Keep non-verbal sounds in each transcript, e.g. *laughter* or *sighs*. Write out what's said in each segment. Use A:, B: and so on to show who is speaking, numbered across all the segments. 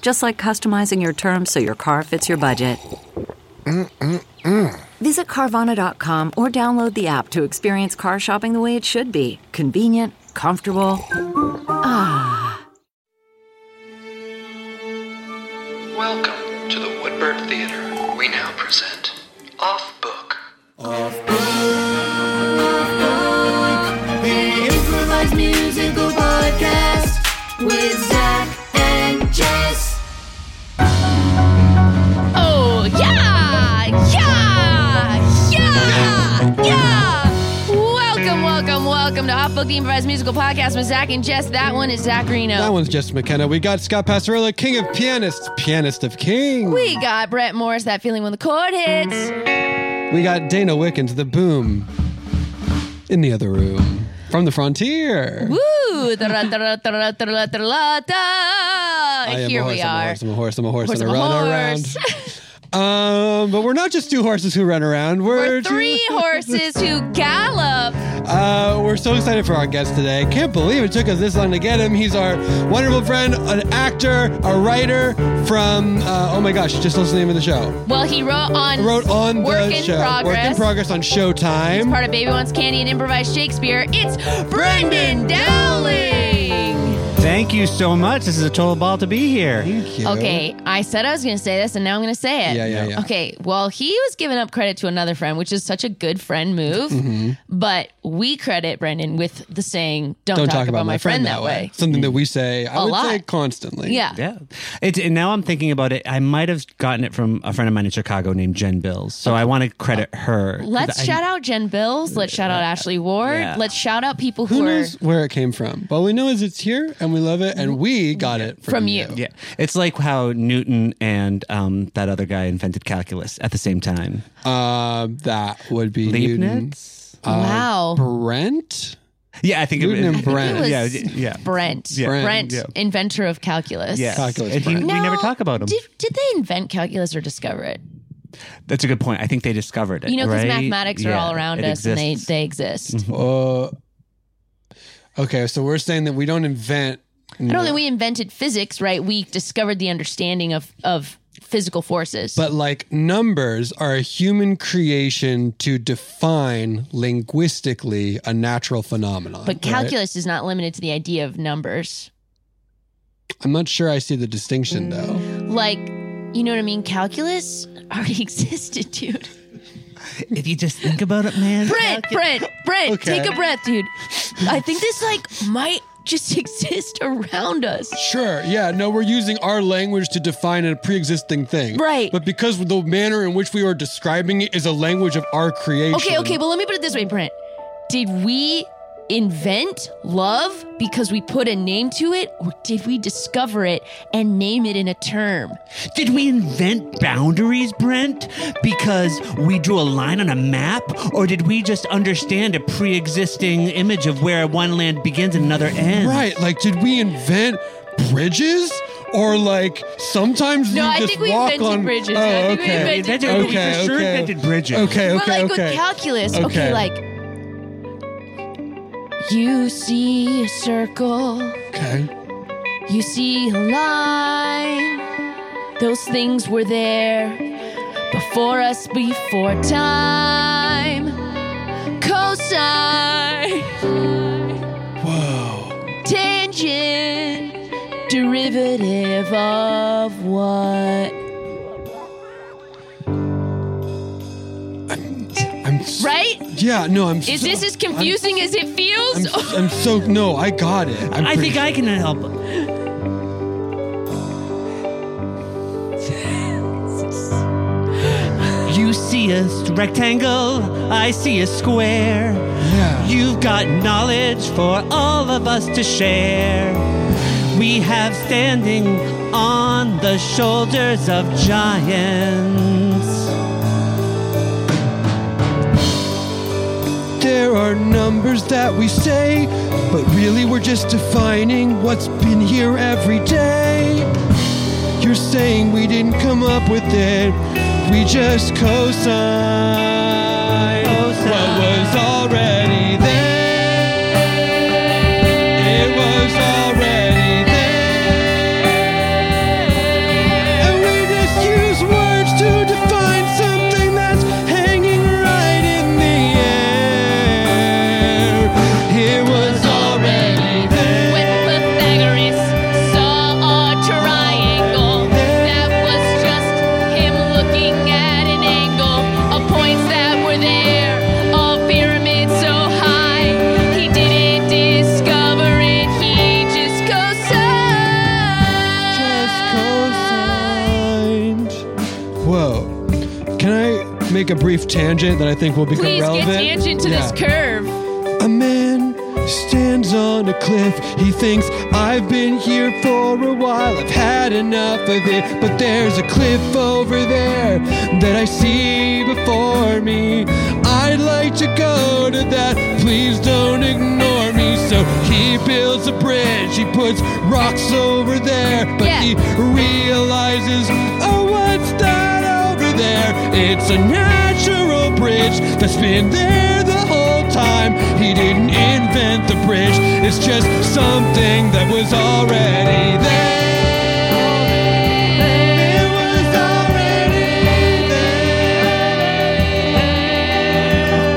A: Just like customizing your terms so your car fits your budget. Visit Carvana.com or download the app to experience car shopping the way it should be convenient, comfortable.
B: Welcome to the Woodbird Theater. We now present Off Book.
C: The improvised musical podcast with Zach and Jess.
D: Oh, yeah! Yeah! Yeah! Yeah! Welcome, welcome, welcome to Hot Book, the improvised musical podcast with Zach and Jess. That one is Zach Reno.
E: That one's Jess McKenna. We got Scott Passarella, king of pianists, pianist of kings.
D: we got Brett Morris, that feeling when the chord hits.
E: We got Dana Wickens, the boom, in the other room from the frontier.
D: Woo! Tra- tra- tra- tra- tra- tra.
E: I am
D: Here
E: a horse,
D: we
E: I'm a
D: are.
E: horse, I'm a horse. I'm a horse.
D: Horse
E: and
D: of
E: a
D: a
E: run
D: horse. *laughs*
E: around. Um, but we're not just two horses who run around. We're,
D: We're
E: *laughs*
D: three horses who gallop.
E: Uh, we're so excited for our guest today. Can't believe it took us this long to get him. He's our wonderful friend, an actor, a writer from. Uh, oh my gosh! Just what's the name of the show?
D: Well, he wrote on
E: Wrote on
D: Work
E: the
D: in
E: show. Work in
D: Progress.
E: progress on Showtime.
D: part of Baby Wants Candy and improvised Shakespeare. It's Brendan Dowling.
F: Thank you so much. This is a total ball to be here.
E: Thank you.
D: Okay, I said I was going to say this, and now I'm going to say it.
E: Yeah, yeah, yeah.
D: Okay, well, he was giving up credit to another friend, which is such a good friend move.
E: Mm-hmm.
D: But we credit Brendan with the saying, "Don't,
E: Don't talk, about, my friend, that way. Something that we say, I
D: A
E: would say
D: lot.
E: constantly. *laughs*
D: Yeah.
F: Yeah. It's, and now I'm thinking about it. I might have gotten it from a friend of mine in Chicago named Jen Bills. So I want to credit her.
D: Let's
F: I-
D: shout out Jen Bills. Let's shout out Ashley Ward.
F: Yeah.
D: Let's shout out people
E: Who
D: who are
E: knows where it came from? But all we know is it's here and we love it and we got it from,
D: From you.
F: Yeah. It's like how Newton and um, that other guy invented calculus at the same time.
E: Uh, that would be Newton. Uh,
F: Leibniz?
D: wow.
E: Brent?
F: Yeah, I think
E: Newton
F: it,
E: and
F: it-
E: Brent.
F: *laughs*
D: It
F: Yeah,
D: was
F: yeah.
D: Brent.
F: Yeah.
D: Brent,
E: Brent,
F: yeah.
D: inventor of calculus.
F: Yeah.
E: Calculus
F: And he-
E: Brent.
F: we never
D: Now,
F: talk about him.
D: Did, did they invent calculus or discover it?
F: That's a good point. I think they discovered it.
D: You know, because
F: right?
D: mathematics are
F: Yeah,
D: all around
F: it
D: us and they,
F: exists.
D: they exist.
E: Uh, okay, so we're saying that we don't invent.
D: I don't think we invented physics, right? We discovered the understanding of of physical forces.
E: But like numbers are a human creation to define linguistically a natural phenomenon.
D: But calculus is not limited to the idea of numbers.
E: I'm not sure I see the
D: Mm.
E: distinction though.
D: Like, you know what I mean? Calculus already *laughs* existed, dude.
F: If you just think about it, man.
D: Brent, Brent, Brent,
E: Okay.
D: take a breath, dude. I think this like might just *laughs* exist around us.
E: Sure. Yeah. No, we're using our language to define a pre-existing thing.
D: Right.
E: But because the manner in which we are describing it is a language of our creation.
D: Okay, okay, but let me put it this way, Brent. Did we invent love because we put a name to it, or did we discover it and name it in a term?
F: Did we invent boundaries, Brent? Because we drew a line on a map? Or did we just understand a pre existing image of where one land begins and another ends?
E: Right. Like, did we invent bridges? Or like sometimes
D: No,
E: you
D: I
E: just
D: think we
E: walk
D: invented
E: on.
D: bridges.
E: Oh,
D: I think we
E: okay.
F: We invented,
D: invented-
F: we
E: Okay,
F: for sure
E: okay.
F: invented bridges.
E: Okay. Okay.
D: but like
E: okay.
D: with calculus, okay.
E: Okay.
D: like you see a circle,
E: okay.
D: you see a line. Those things were there before us, before time. Cosine,
E: Whoa.
D: tangent, derivative of what?
E: I'm
D: right?
E: Yeah, no, I'm.
D: Is
E: so,
D: this as confusing as it
E: I'm,
D: feels?
E: I'm so no, I got it. I'm
F: I
E: pretty
F: think I can help. You see a rectangle, I see a square.
E: Yeah.
F: You've got knowledge for all of us to share. We have standing on the shoulders of giants.
E: There are numbers that we say, but really we're just defining what's been here every day. You're saying we didn't come up with it, we just co-sign what was already there. It was already there. And we just use words to define something that's hanging right in the air. It was already there.
D: When Pythagoras saw a triangle, that was just him looking at an angle of points that were there, a pyramid so high. He didn't discover it, he just
E: just
D: co-signed.
E: co-signed. Whoa. Can I make a brief tangent that I think will become
D: Please get
E: relevant?
D: tangent to this
E: Yeah.
D: curve.
E: A man stands on a cliff. He thinks, I've been here for a while. I've had enough of it. But there's a cliff over there that I see before me. I'd like to go to that. Please don't ignore me. So he builds a bridge. He puts rocks over there. But
D: Yeah.
E: he realizes, oh, what's that over there? It's a natural bridge that's been there the whole time. He didn't invent the bridge, it's just something that was already there. It was already there.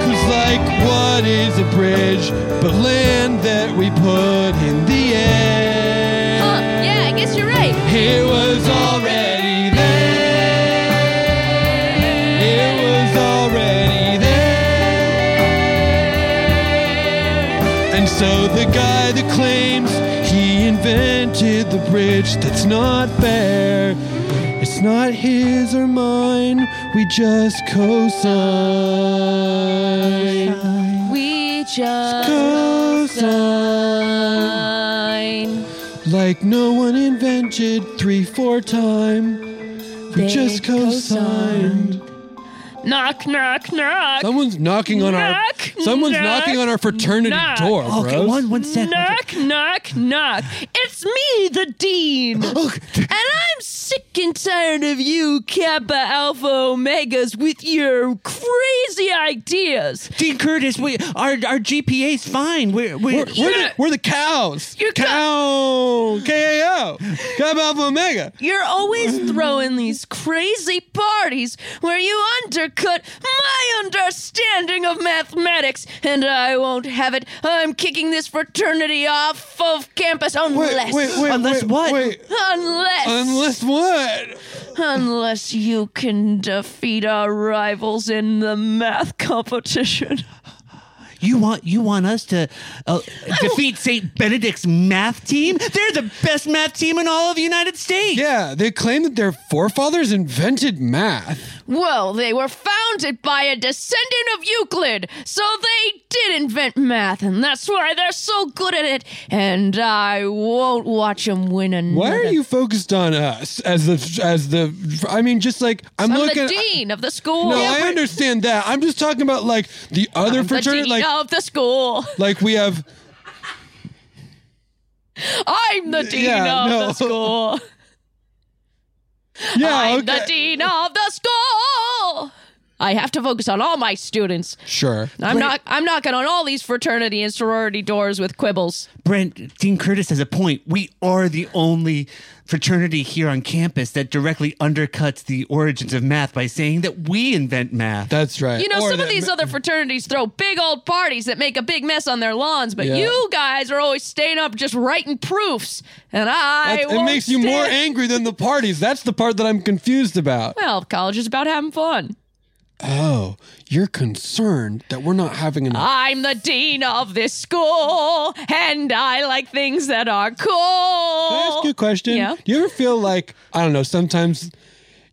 E: 'Cause like, what is a bridge but land that we put in the air?
D: Huh, yeah, I guess you're right.
E: It was already there. It was already there. And so the guy that claims he invented the bridge, that's not fair. It's not his or mine, we just cosign.
D: We just
E: Cosign.
D: signed.
E: Like no one invented three, four time. We
D: They
E: just co-signed.
D: Knock, knock, knock.
E: Someone's knocking on our.
D: Knock,
E: someone's
D: knock,
E: knocking on our fraternity
D: knock.
E: door, bro.
F: Okay, one, one second.
D: Knock, knock, knock. It's me, the dean. and I'm sick and tired of you, Kappa Alpha Omegas, with your crazy ideas.
F: Dean Curtis, we our our GPA's fine. We're we're,
E: We're, we're the, we're the cows.
D: You're co-
E: cow. K A O. Kappa Alpha Omega.
D: You're always throwing these crazy parties where you undercut my understanding of mathematics, and I won't have it. I'm kicking this fraternity off of campus unless.
F: Unless
E: wait,
F: what?
E: Wait.
D: Unless,
E: Unless what?
D: unless you can defeat our rivals in the math competition.
F: You want you want us to uh, defeat Saint Benedict's math team? They're the best math team in all of the United States.
E: Yeah, they claim that their forefathers invented math.
D: Well, they were founded by a descendant of Euclid, so they did invent math, and that's why they're so good at it. And I won't watch them win another.
E: Why are you focused on us as the as the? I mean, just like I'm,
D: I'm
E: looking.
D: the dean of the school.
E: No, I understand that. I'm just talking about like the other
D: the dean
E: fraternity. Like,
D: of the school.
E: like we have.
D: I'm the dean
E: Yeah,
D: of
E: no.
D: the
E: *laughs*
D: school.
E: Yeah,
D: Oh, I'm
E: okay.
D: the dean of the school. I have to focus on all my students.
E: Sure.
D: I'm not. I'm knocking on all these fraternity and sorority doors with quibbles.
F: Brent, Dean Curtis has a point. We are the only fraternity here on campus that directly undercuts the origins of math by saying that we invent math.
E: That's right.
D: You know,
E: Or
D: some of
E: that-
D: these other fraternities throw big old parties that make a big mess on their lawns, but
E: Yeah.
D: you guys are always staying up just writing proofs, and I.
E: that's- it
D: won't
E: makes you more
D: stand-
E: angry than the parties. That's the part that I'm confused about.
D: Well, college is about having fun.
E: Oh, you're concerned that we're not having enough.
D: I'm the dean of this school, and I like things that are cool.
E: Can I ask you a question?
D: Oh, Yeah.
E: Do you ever feel like, I don't know, sometimes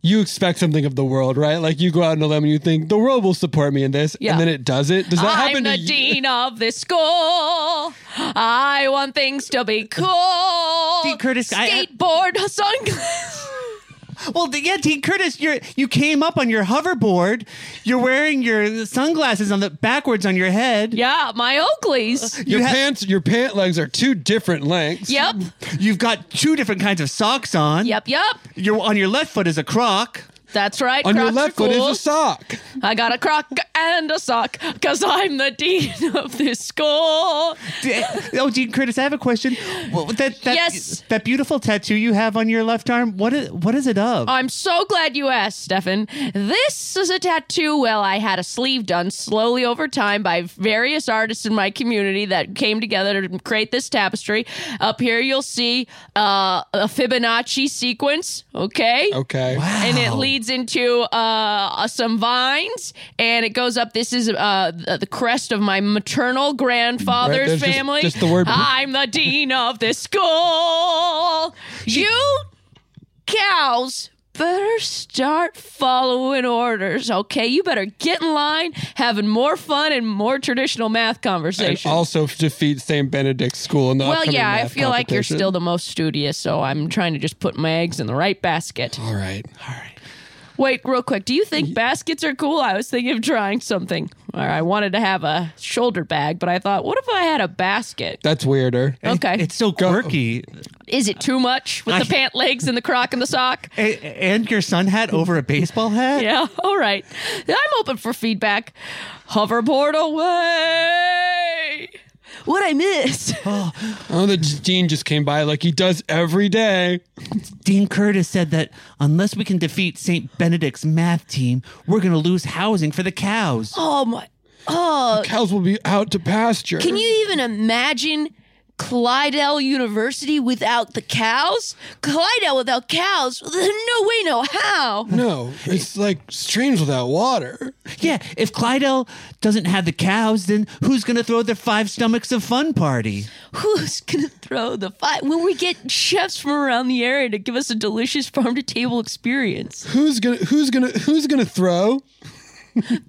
E: you expect something of the world, right? Like you go out on a limb and you think the world will support me in this,
D: Yeah.
E: and then it does it. Does that
D: I'm
E: happen
D: the
E: to you?
D: dean of this school. I want things to be cool.
G: See, Curtis, I- I-
D: skateboard sunglasses.
G: Well, th- yeah, T. Curtis, you you came up on your hoverboard. You're wearing your sunglasses on the backwards on your head.
D: Yeah, my Oakleys.
E: Your
G: You ha-
E: pants, your pant legs are two different lengths.
D: Yep,
G: You've got two different kinds of socks on.
D: yep, yep.
G: You're on your left foot is a croc.
D: *laughs* That's right.
E: On your
D: Crocs are
E: left foot
D: cool.
E: is a sock.
D: I got a croc and a sock because I'm the dean *laughs* of this school.
G: D- oh, Dean Curtis, I have a question. Well, that, that,
D: Yes.
G: That beautiful tattoo you have on your left arm. What is what is it of?
D: I'm so glad you asked, Stefan. This is a tattoo. Well, I had a sleeve done slowly over time by various artists in my community that came together to create this tapestry. Up here, you'll see uh, a Fibonacci sequence. Okay.
E: Okay.
D: And it leads into uh, some vines, and it goes up. This is uh, the the crest of my maternal grandfather's
E: Right, there's just-
D: family.
E: just the word-
D: I'm the dean of this school. you cows better start following orders, okay? You better get in line, having more fun and more traditional math
E: And
D: conversations.
E: also defeat St. Benedict's School in the
D: well,
E: upcoming
D: yeah, I
E: math
D: feel like you're
E: competition.
D: still the most studious, so I'm trying to just put my eggs in the right basket.
E: All right.
D: Wait, real quick. Do you think baskets are cool? I was thinking of trying something. Or I wanted to have a shoulder bag, but I thought, what if I had a basket?
E: That's weirder.
D: Okay.
G: It's so quirky.
D: Is it too much with the pant legs and the croc and the sock?
G: A- and your sun hat over a baseball hat?
D: Yeah, all right. I'm open for feedback. Hoverboard away. What I miss?
E: Oh, the Dean just came by like he does every day.
G: Dean Curtis said that unless we can defeat St. Benedict's math team, we're going to lose housing for the cows.
D: *laughs* Oh my. Oh,
E: Cows will be out to pasture.
D: can you even imagine Clydell University without the cows? Clydell without cows? *laughs* No way, no how.
E: No, it's like streams without water.
G: Yeah, if Clydell doesn't have the cows, then who's going to throw the five stomachs of fun party?
D: Who's gonna throw the fight when we get chefs from around the area to give us a delicious farm to table experience?
E: Who's gonna who's gonna who's gonna throw?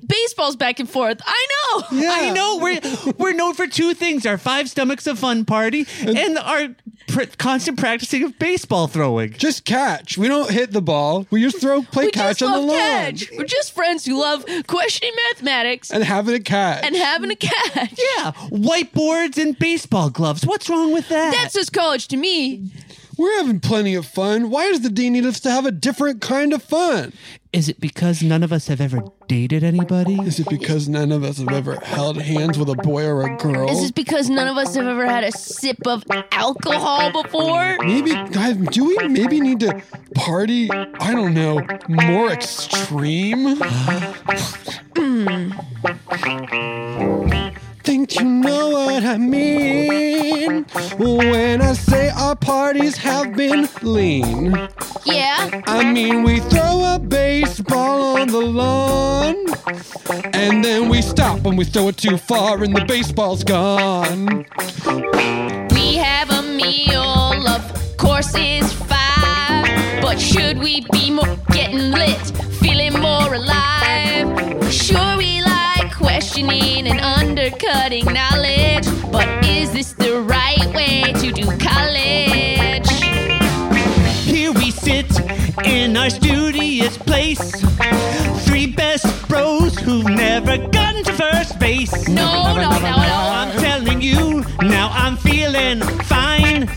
D: Baseball's back and forth. I know.
G: I know we're we're known for two things: our five stomachs of fun party and our pr- constant practicing of baseball throwing.
E: Just catch. We don't hit the ball. We just throw play
D: We
E: catch
D: just
E: on the
D: love
E: lawn.
D: catch. We're just friends who love questioning mathematics
E: And having a catch.
D: and having a catch.
G: Yeah, whiteboards and baseball gloves. What's wrong with that?
D: That's just college to me.
E: We're having plenty of fun. Why does the dean need us to have a different kind of fun?
G: Is it because none of us have ever dated anybody?
E: Is it because none of us have ever held hands with a boy or a girl?
D: Is this because none of us have ever had a sip of alcohol before?
E: Maybe guys, do we maybe need to party? I don't know, more extreme. Think you know what I mean when I say our parties have been lean?
D: Yeah.
E: I mean, we throw a baseball on the lawn, and then we stop when we throw it too far, and the baseball's gone.
D: We have a meal of courses five. But should we be more getting lit, feeling more alive? Sure, we like questioning and undercutting knowledge. But is this the right way to do college?
G: Here we sit in our studious place. Three best bros who've never gotten to first base.
D: No, no, no, no.
G: I'm telling you, now I'm feeling fine.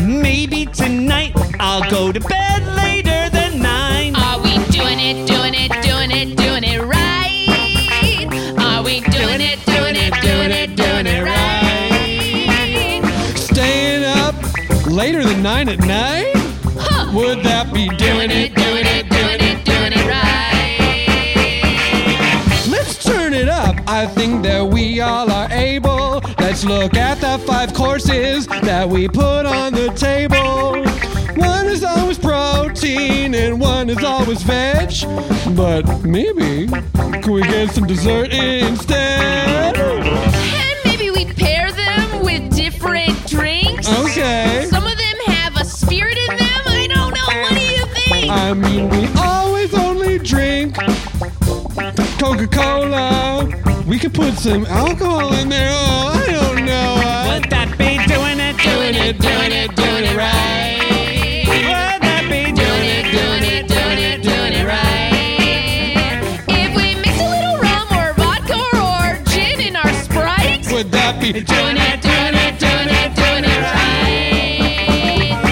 G: Maybe tonight I'll go to bed later than nine.
D: Are we doing it, doing it, doing it, doing it right? Are we doing it, doing it, doing it, doing it right?
E: Staying up later than nine at night?
D: Huh.
E: Would that be doing
D: Doing
E: it?
D: it, doing it, doing it, doing it right.
E: Let's turn it up. I think that we all are able. Let's look at the five courses that we put on the table. One is always protein and one is always veg. But maybe could we get some dessert instead?
H: And maybe we pair them with different drinks.
E: Okay.
H: Some of them have a spirit in them. I don't know. What do you think?
E: I mean, we always only drink Coca Cola. We could put some alcohol in there. Oh, I don't know. I-
G: Would that be doing it, doing it, doing it, doing it right? Would that be doing it, doing it, doing it, doing it right?
H: If we mix a little rum or vodka or gin in our Sprite,
E: Would that be
G: Doing it, doing it, doing it, doing it right?
H: a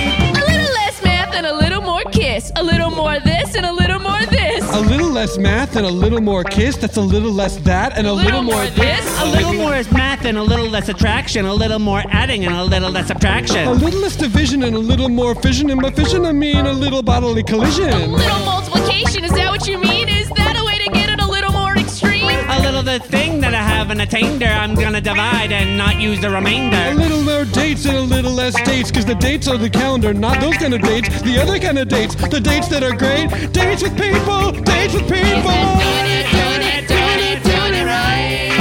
H: little less math and a little more kiss, a little more this and a little more this.
E: a little less math and a little more kiss? That's a little less that and a,
H: little more this,
G: A little more is math and a little less attraction, a little more adding and a little less
E: A
G: subtraction.
E: little less division and a little more fission. And by fission, I mean a little bodily collision.
H: Little multiplication, is that what you mean? Is that a way to get it a little more extreme?
G: A little the thing that I haven't attained her, I'm gonna divide and not use the
E: A
G: remainder.
E: little more dates and a little less dates, cause the dates are the calendar, not those kind of dates. The other kind of dates, the dates that are great. Dates with people, dates with people.
H: Doing it, doing it, doing it, doing it right.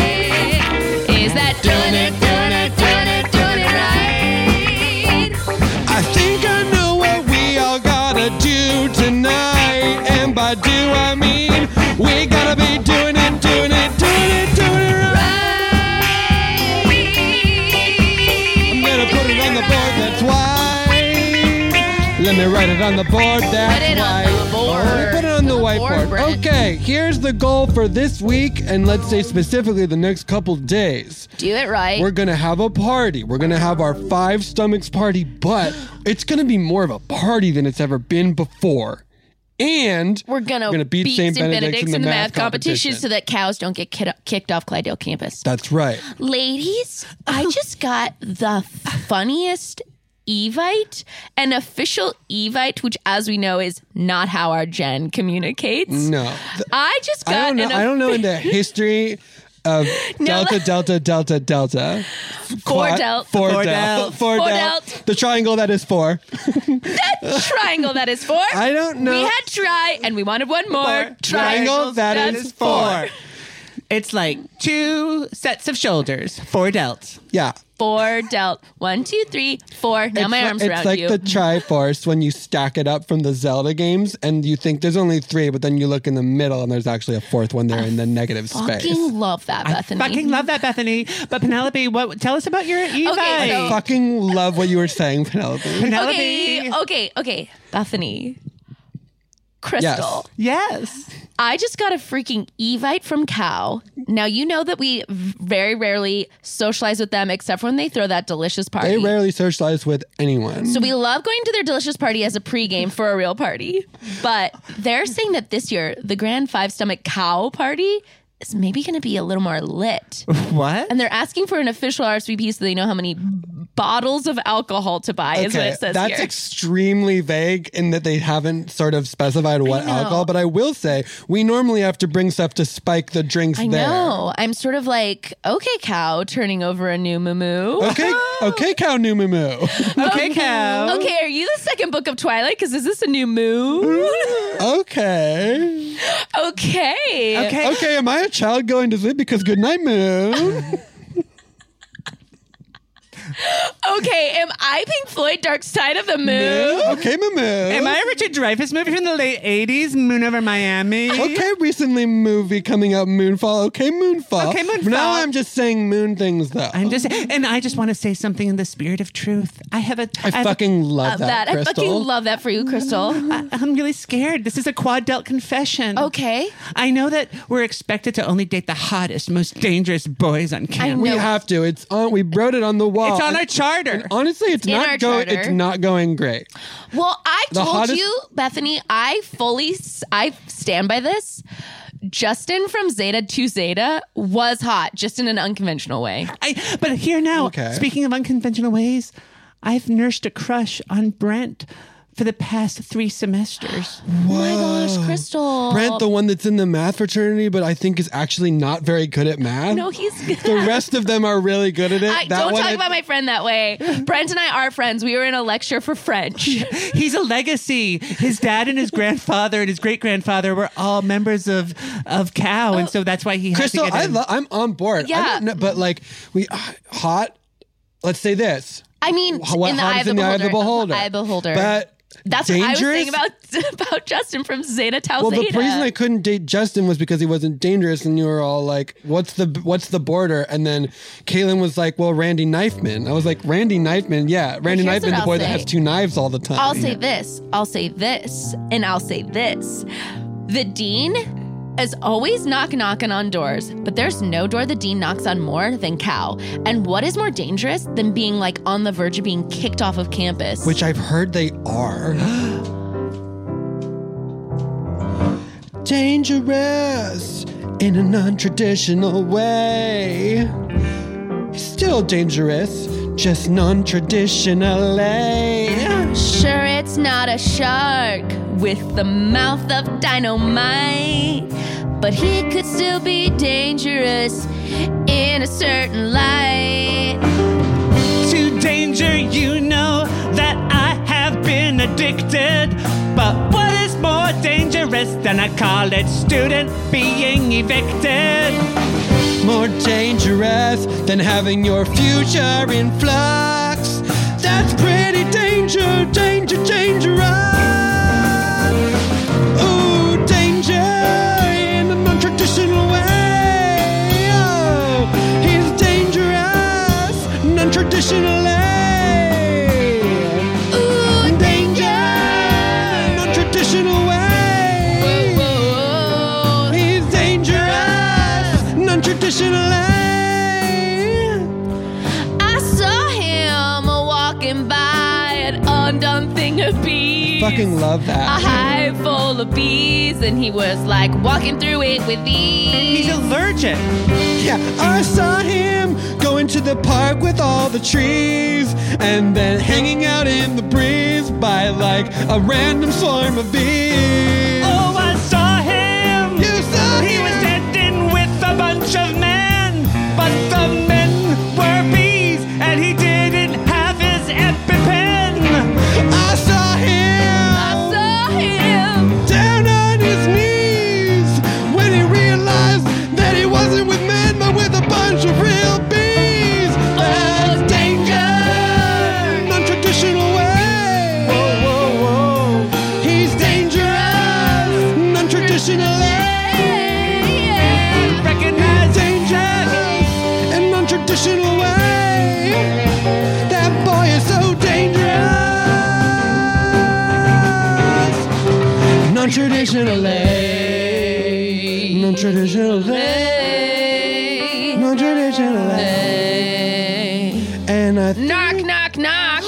H: Is that doing it, doing it, doing it, doing it right?
E: I think I know what we all gotta do tonight. And by do I mean we gotta be doing it, doing it, doing it, doing it right. I'm gonna put it on the board, that's why. Let me write it on the board, that's
H: Put it
E: why.
H: on the board.
E: Let me put it on the,
H: On the board,
E: whiteboard.
H: Brett.
E: okay, here's the goal for this week, and let's say specifically the next couple days.
H: Do it right.
E: We're gonna have a party. We're gonna have our five stomachs party, *gasps* but it's gonna be more of a party than it's ever been before. And
H: We're gonna,
E: beat, St. Benedict's, in the, math, competition.
H: so that cows don't get kid- kicked off Clydale campus.
E: That's right.
H: Ladies, I just got the funniest Evite, an official Evite, which, as we know, is not how our gen communicates.
E: No, Th-
H: I just got
E: I don't know.
H: an
E: I don't know in *laughs* the history of Delta, Delta, Delta, Delta.
H: four
E: Quad-
H: delt
E: Four,
G: Four
E: del.
G: delt.
E: Four
H: Four
E: delt.
H: delt.
E: The triangle that is four.
H: *laughs* triangle that is four.
E: I don't know.
H: We had try and we wanted one more.
G: Four.
E: triangle
H: Triangles,
E: that
H: that's
E: is four.
G: It's like two sets of shoulders, four delts.
E: Yeah.
H: Four delt. One, two, three, four. Now
E: It's
H: my
E: li-
H: arms
E: It's
H: around
E: like
H: you.
E: the Triforce when you stack it up from the Zelda games and you think there's only three, but then you look in the middle and there's actually a fourth one there in the negative space.
H: Fucking love that, Bethany.
G: Fucking love that, Bethany. But Penelope, what? Tell us about your Evite.
H: Okay, so-
E: Fucking love what you were saying, Penelope.
G: Penelope.
H: Okay, oh. okay, okay. Bethany. Crystal.
E: Yes.
G: Yes.
H: I just got a freaking Evite from Cow. Now, you know that we v- very rarely socialize with them except for when they throw that delicious party.
E: They rarely socialize with anyone.
H: So we love going to their delicious party as a pregame for a real party. But they're saying that this year, the Grand Five Stomach Cow Party is maybe going to be a little
E: *laughs*
H: more lit.
G: What?
H: And they're asking for an official RSVP so they know how many bottles of alcohol to buy, is what it says
E: that's
H: here.
E: extremely vague in that they haven't sort of specified what
H: know.
E: alcohol. But I will say, we normally have to bring stuff to spike the drinks
H: I
E: there.
H: know. I'm sort of like, okay, cow, turning over a new moo. *laughs*
E: Okay, okay, cow new moo moo.
G: okay, cow.
H: Um, Okay, are you the second book of Twilight? Because is this a new moo?
E: Mm-hmm. okay,
H: okay.
G: Okay.
E: *laughs* okay. Am I a child going to sleep because good night moon?
H: *laughs* Okay, am I Pink Floyd Dark Side of the Moon?
E: okay, moo moo.
G: Am I a Richard Dreyfuss movie from the late 80s? Moon over Miami?
E: Okay, recently movie coming up, Moonfall. Okay, Moonfall.
G: Okay, Moonfall.
E: Now I'm just saying moon things though.
G: I'm just, and I just want to say something in the spirit of truth. I have a,
E: I
G: have a-
E: fucking love
H: Love
E: that,
H: that. I
E: Crystal. Mm-hmm.
H: fucking love that for you, Crystal.
G: I, I'm really scared. This is a quad delt confession.
H: Okay.
G: I know that we're expected to only date the hottest, most dangerous boys on campus.
E: we
H: No.
E: have to. It's on. We wrote it on the wall.
G: It's on
E: And-
G: our charter.
E: Honestly, it's
H: in our
E: not going.
H: charter.
E: It's not going great.
H: Well, I
E: The
H: told
E: hottest-
H: you, Bethany, I fully s- I stand by this. Justin from Zeta to Zeta was hot, just in an unconventional way.
G: I, but here now,
E: Okay.
G: speaking of unconventional ways, I've nursed a crush on Brent
I: for the past three
E: *gasps*
I: semesters.
H: Oh my gosh, Crystal.
E: Brent, the one that's in the math fraternity, but I think is actually not very good at math.
H: no, he's
E: the rest of them are really good at it.
H: I,
E: That
H: don't
E: one
H: talk
E: I-
H: about my friend
E: *laughs*
H: that way. Brent and I are friends. We were in a lecture for French.
G: He's a legacy. His dad and his grandfather and his great grandfather were all members of of Cow, and so that's why he.
E: Crystal,
G: has to get
E: I
G: in.
E: lo- I'm on board. I
H: Yeah.
E: don't know, but like we ah, hot. Let's say this.
H: I mean,
E: Wh- what
H: in the
E: hot
H: eye
E: is
H: of the
E: in the eye of the
H: beholder.
E: beholder.
H: Eye of beholder.
E: But
H: That's
E: dangerous?
H: what I was saying about *laughs* about Justin from Zeta Tau
E: Well,
H: Zeta.
E: the reason I couldn't date Justin was because he wasn't dangerous, and you were all like, "What's the what's the border?" And then Kaylin was like, "Well, Randy Knifeman." I was like, "Randy Knifeman, yeah, Randy
H: here's what
E: Knifeman, the
H: I'll
E: boy that
H: say.
E: has two knives all the time."
H: I'll say this, I'll say this, and I'll say this. The dean is always knock knocking on doors, but there's no door the dean knocks on more than Cal. And what is more dangerous than being like on the verge of being kicked off of campus?
E: Which I've heard they are dangerous in a non-traditional way. Still dangerous, just non-traditionally.
H: Sure, it's not a shark with the mouth of dynamite, but he could still be dangerous in a certain light.
G: to danger, you know that I have been addicted. But what is more dangerous than a college student being evicted?
E: More dangerous than having your future in flux. That's pretty danger, danger, dangerous. Ooh, danger in a non-traditional way. Oh, he's dangerous, non-traditionally. Ooh, danger, non-traditional way. He's dangerous, non-traditional.
H: I saw him walking by an undone thing of bees.
E: Fucking love
H: a
E: that.
G: Uh-huh.
H: hive full of bees, and he was like walking through it with
G: He's
H: ease.
G: allergic.
E: Yeah, I saw him going to the park with all the trees, and then hanging out in the breeze by like a random swarm of bees.
G: Oh, I saw him.
E: You saw
G: He was
E: him.
G: standing with a bunch of men, but the men were bees, and he didn't have his EpiPen.
E: I saw him.
H: I saw him.
E: down on his knees when he realized that he wasn't with men but with a bunch of real bees. That's Oh, danger, non-traditional way. Whoa, whoa, whoa. He's dangerous, non-traditional way. Recognize dangerous and non-traditional way. That boy is so dangerous. Non traditional lay. Non traditional Non traditional And I th-
H: Knock, knock, knock.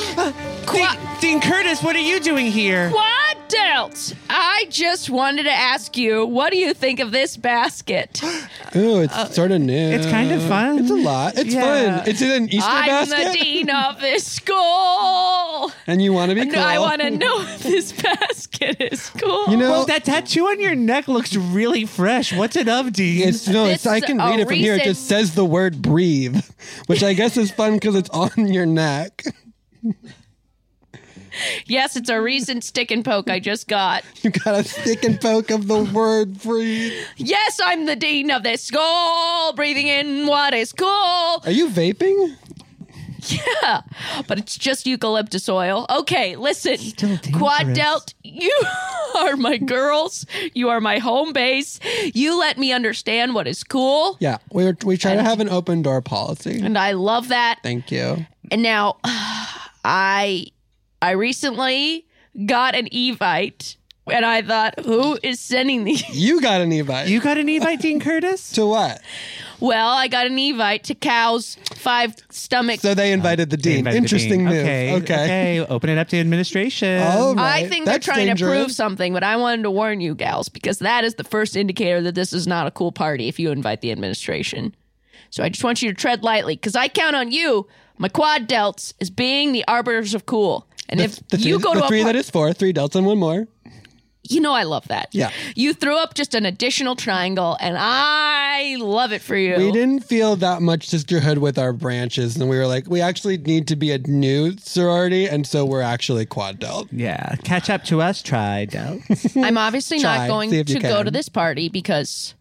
G: Dean, Dean Curtis, what are you doing here?
H: Quad Delt, I just wanted to ask you, what do you think of this
E: *gasps*
H: basket?
E: ooh, it's sort of new.
G: Uh, It's kind of fun.
E: It's a lot. It's
G: Yeah.
E: fun. It's in an Easter
H: I'm
E: basket.
H: the dean of this school.
E: And you want to be
H: No,
E: *laughs* cool.
H: I want to know *laughs* if this basket is cool.
E: You know,
G: Well, that tattoo on your neck looks really fresh. What's it of, Dean?
E: It's no, it's
H: This
E: I
H: is
E: can
H: a
E: read it from here. It just
H: recent-
E: says the word breathe, which I guess is fun because it's on your neck. *laughs*
H: yes, it's a recent stick and poke I just got.
E: You got a stick and poke of the word breathe.
H: Yes, I'm the dean of this school, breathing in what is cool, *laughs*
E: Are you vaping?
H: but it's just eucalyptus oil. Okay, listen, Quad
G: dangerous.
H: Delt, you *laughs* are my girls. You are my home base. You let me understand what is cool,
E: Yeah, we were, we try to have an open door policy.
H: and I love that.
E: Thank you.
H: And now, *sighs* I, I recently got an Evite, and I thought, who is sending these?
E: You got an Evite.
G: you got an Evite, Dean Curtis?
E: to what?
H: Well, I got an Evite to cow's five stomach.
E: So they invited the dean.
G: Invited the
E: Interesting
G: *laughs* dean.
E: move.
G: Okay,
E: Okay.
G: okay. Oh. Open it up to administration.
E: All
H: I
E: right.
H: think
E: That's
H: they're trying to prove
E: dangerous.
H: something, but I wanted to warn you gals because that is the first indicator that this is not a cool party if you invite the administration. So I just want you to tread lightly because I count on you, my quad delts, as being the arbiters of cool. And
E: The-
H: if
E: the
H: you
E: three,
H: go
E: the
H: to a
E: three
H: par-
E: that is four, three adults and one more.
H: you know I love that.
E: Yeah.
H: You threw up just an additional triangle, and I love it for you.
E: We didn't feel that much sisterhood with our branches, and we were like, we actually need to be a new sorority, and so we're actually quad adult.
J: Yeah, catch up to us, try out.
H: I'm obviously
E: Try,
H: not going
E: see
H: to
E: if you
H: go to
E: can.
H: this party because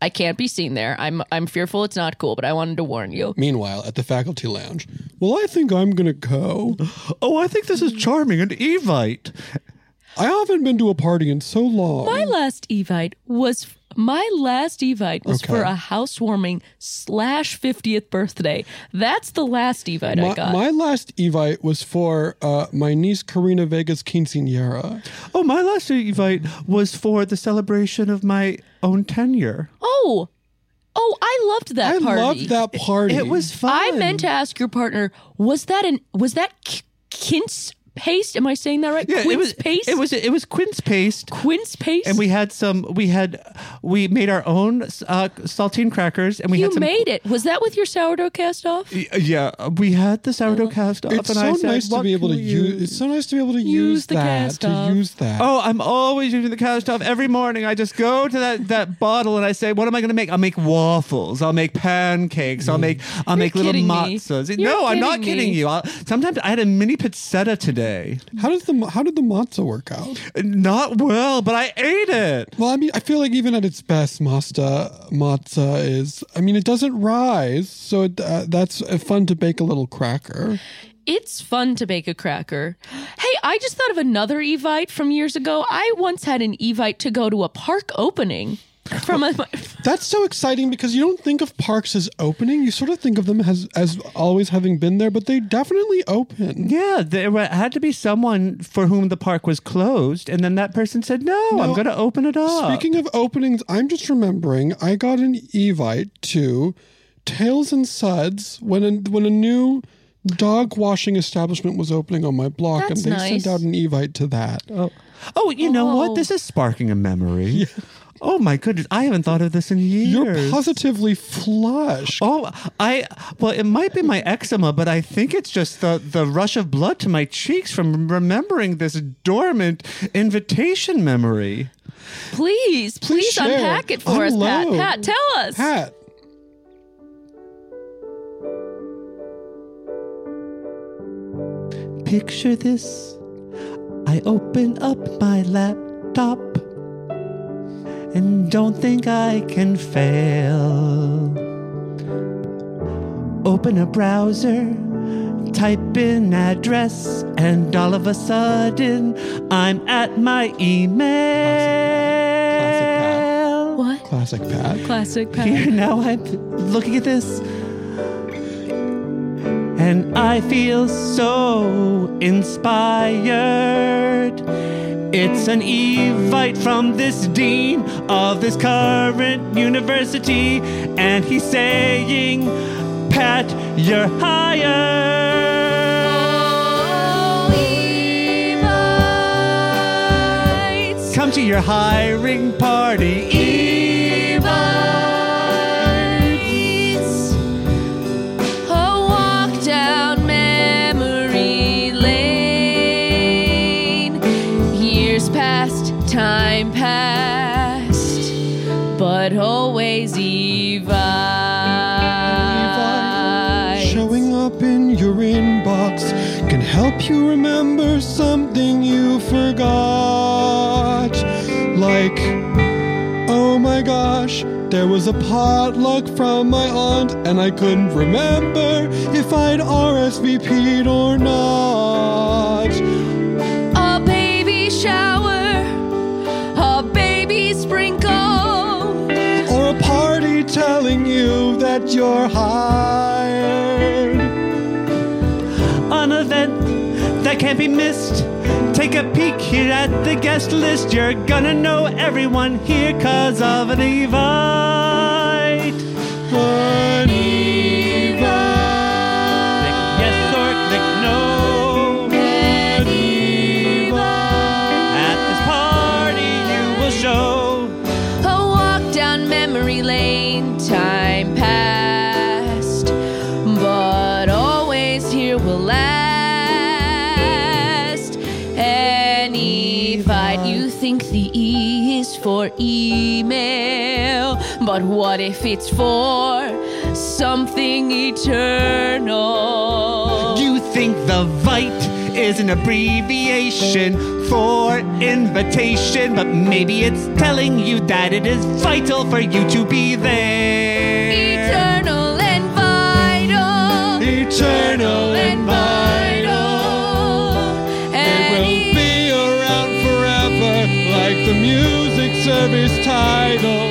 H: I can't be seen there. I'm I'm fearful it's not cool, but I wanted to warn you.
E: Meanwhile, at the faculty lounge, well, I think I'm gonna go.
G: *laughs* Oh, I think this is charming and Evite.
E: I haven't been to a party in so long.
H: My last Evite was my last Evite was
E: Okay.
H: for a housewarming slash fiftieth birthday. That's the last Evite I
E: my,
H: got.
E: my last Evite was for uh, my niece Karina Vega's quinceanera.
G: Oh, my last Evite was for the celebration of my own tenure.
H: oh, oh, I loved that
E: I
H: party.
E: loved that party.
G: It was fun.
H: I meant to ask your partner. Was that an was that k- quince paste? Am I saying that right?
G: Yeah,
H: quince
G: it was
H: paste.
G: It was it was quince paste.
H: quince paste.
G: And we had some. We had we made our own uh, saltine crackers, and we
H: you
G: had some.
H: made it. Was that with your sourdough cast off?
G: Y- Yeah, we had the
H: Uh-huh.
G: sourdough cast off,
E: uh, It's
G: and
E: so
G: I said,
E: nice to
G: "What
E: be able to
G: can we use?"
E: use. It's so nice to be able to
H: Use
E: use
H: the
E: that.
H: cast
E: To
H: off.
E: use that.
G: *laughs* Oh, I'm always using the cast off every morning. I just go to that, that bottle and I say, "What am I going to make? I'll make waffles. I'll make pancakes. I'll make I'll make little
H: kidding me.
G: matzahs."
H: You're
G: no, I'm not
H: kidding
G: kidding
H: me.
G: you. I'll, sometimes I had a mini pizzetta today.
E: How does the how did the matzo work out?
G: Not well, but I ate it.
E: Well, I mean, I feel like even at its best, matza matza is. I mean, it doesn't rise, so it, uh, that's uh, fun to bake a little cracker.
H: It's fun to bake a cracker. Hey, I just thought of another Evite from years ago. I once had an Evite to go to a park opening from a *laughs*
E: That's so exciting because you don't think of parks as opening. You sort of think of them as as always having been there, but they definitely open.
G: Yeah, there wa- had to be someone for whom the park was closed, and then that person said, "No, I'm going to open it up."
E: Speaking of openings, I'm just remembering I got an Evite to Tails and Suds when a, when a new dog washing establishment was opening on my block,
H: That's
E: and they
H: nice.
E: sent out an Evite to that.
G: oh, you know
H: Oh.
G: what? This is sparking a memory. Oh my goodness, I haven't thought of this in years.
E: You're positively flush.
G: Oh, I well, it might be
E: *laughs*
G: my eczema, but I think it's just the the rush of blood to my cheeks from remembering this dormant invitation memory.
H: please, please,
E: share.
H: unpack it for us,
E: Unload.
H: Pat. Pat, tell us.
E: Pat.
G: Picture this: I open up my laptop and don't think I can fail. Open a browser, type in address, and all of a sudden I'm at my email.
H: What?
E: Classic Pat.
H: Classic
G: Here
H: Pat.
G: now I'm looking at this. And I feel so inspired. It's an evite from this dean of this current university. And he's saying, Pat, you're hired. Come to your hiring party.
H: A walk down memory lane. Years past, time past, but always Evite.
E: Showing up in your inbox can help you remember something you forgot. Like, oh my gosh, there was a potluck from my aunt, and I couldn't remember if I'd RSVP'd or not.
H: A baby shower, a baby sprinkle.
E: Or a party telling you that you're hired.
G: an event that can't be missed. Take a peek here at the guest list. You're gonna know everyone here cause of an Evite.
E: An
G: Click yes or click no. At this party, you will show
H: A walk down memory lane, time past, but always here will last. E for email, but what if it's for something eternal?
K: You think the Vite is an abbreviation for invitation, but maybe it's telling you that it is vital for you to be there.
H: Eternal and vital.
E: Eternal
H: and vital.
E: It
H: And
E: will be around forever, like the music service title.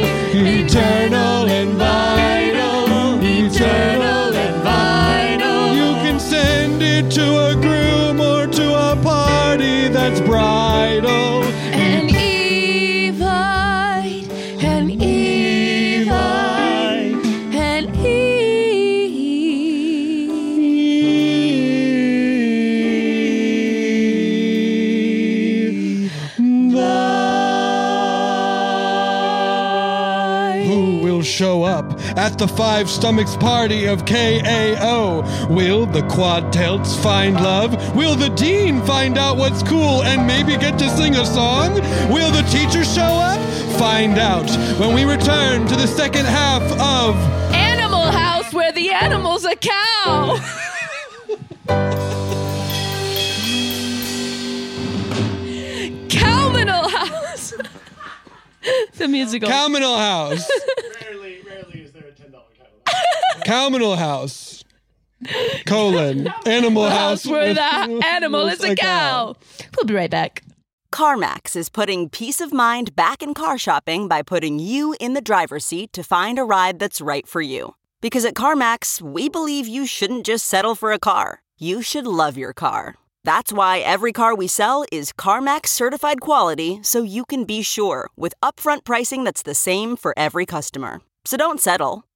E: Eternal and vital, eternal and vital. You can send it to a groom or to a party that's bridal.
H: An Evite, an Evite, an Evite.
E: Who will show up at the Five Stomachs party of KAO? Will the quad tilts find love? Will the dean find out what's cool and maybe get to sing a song? Will the teacher show up? Find out when we return to the second half of
H: Animal House where the animal's a cow. Cowmanal House. the musical.
E: Calminal House.
L: *laughs* Rarely, rarely is there a ten dollar catalog.
E: Calminal House. Colon. Animal House.
H: house
E: *laughs*
H: where
E: with-
H: the animal is a cow. We'll be right back.
D: *laughs* CarMax is putting peace of mind back in car shopping by putting you in the driver's seat to find a ride that's right for you. Because at CarMax, we believe you shouldn't just settle for a car, you should love your car. That's why every car we sell is CarMax certified quality so you can be sure with upfront pricing that's the same for every customer. So don't settle.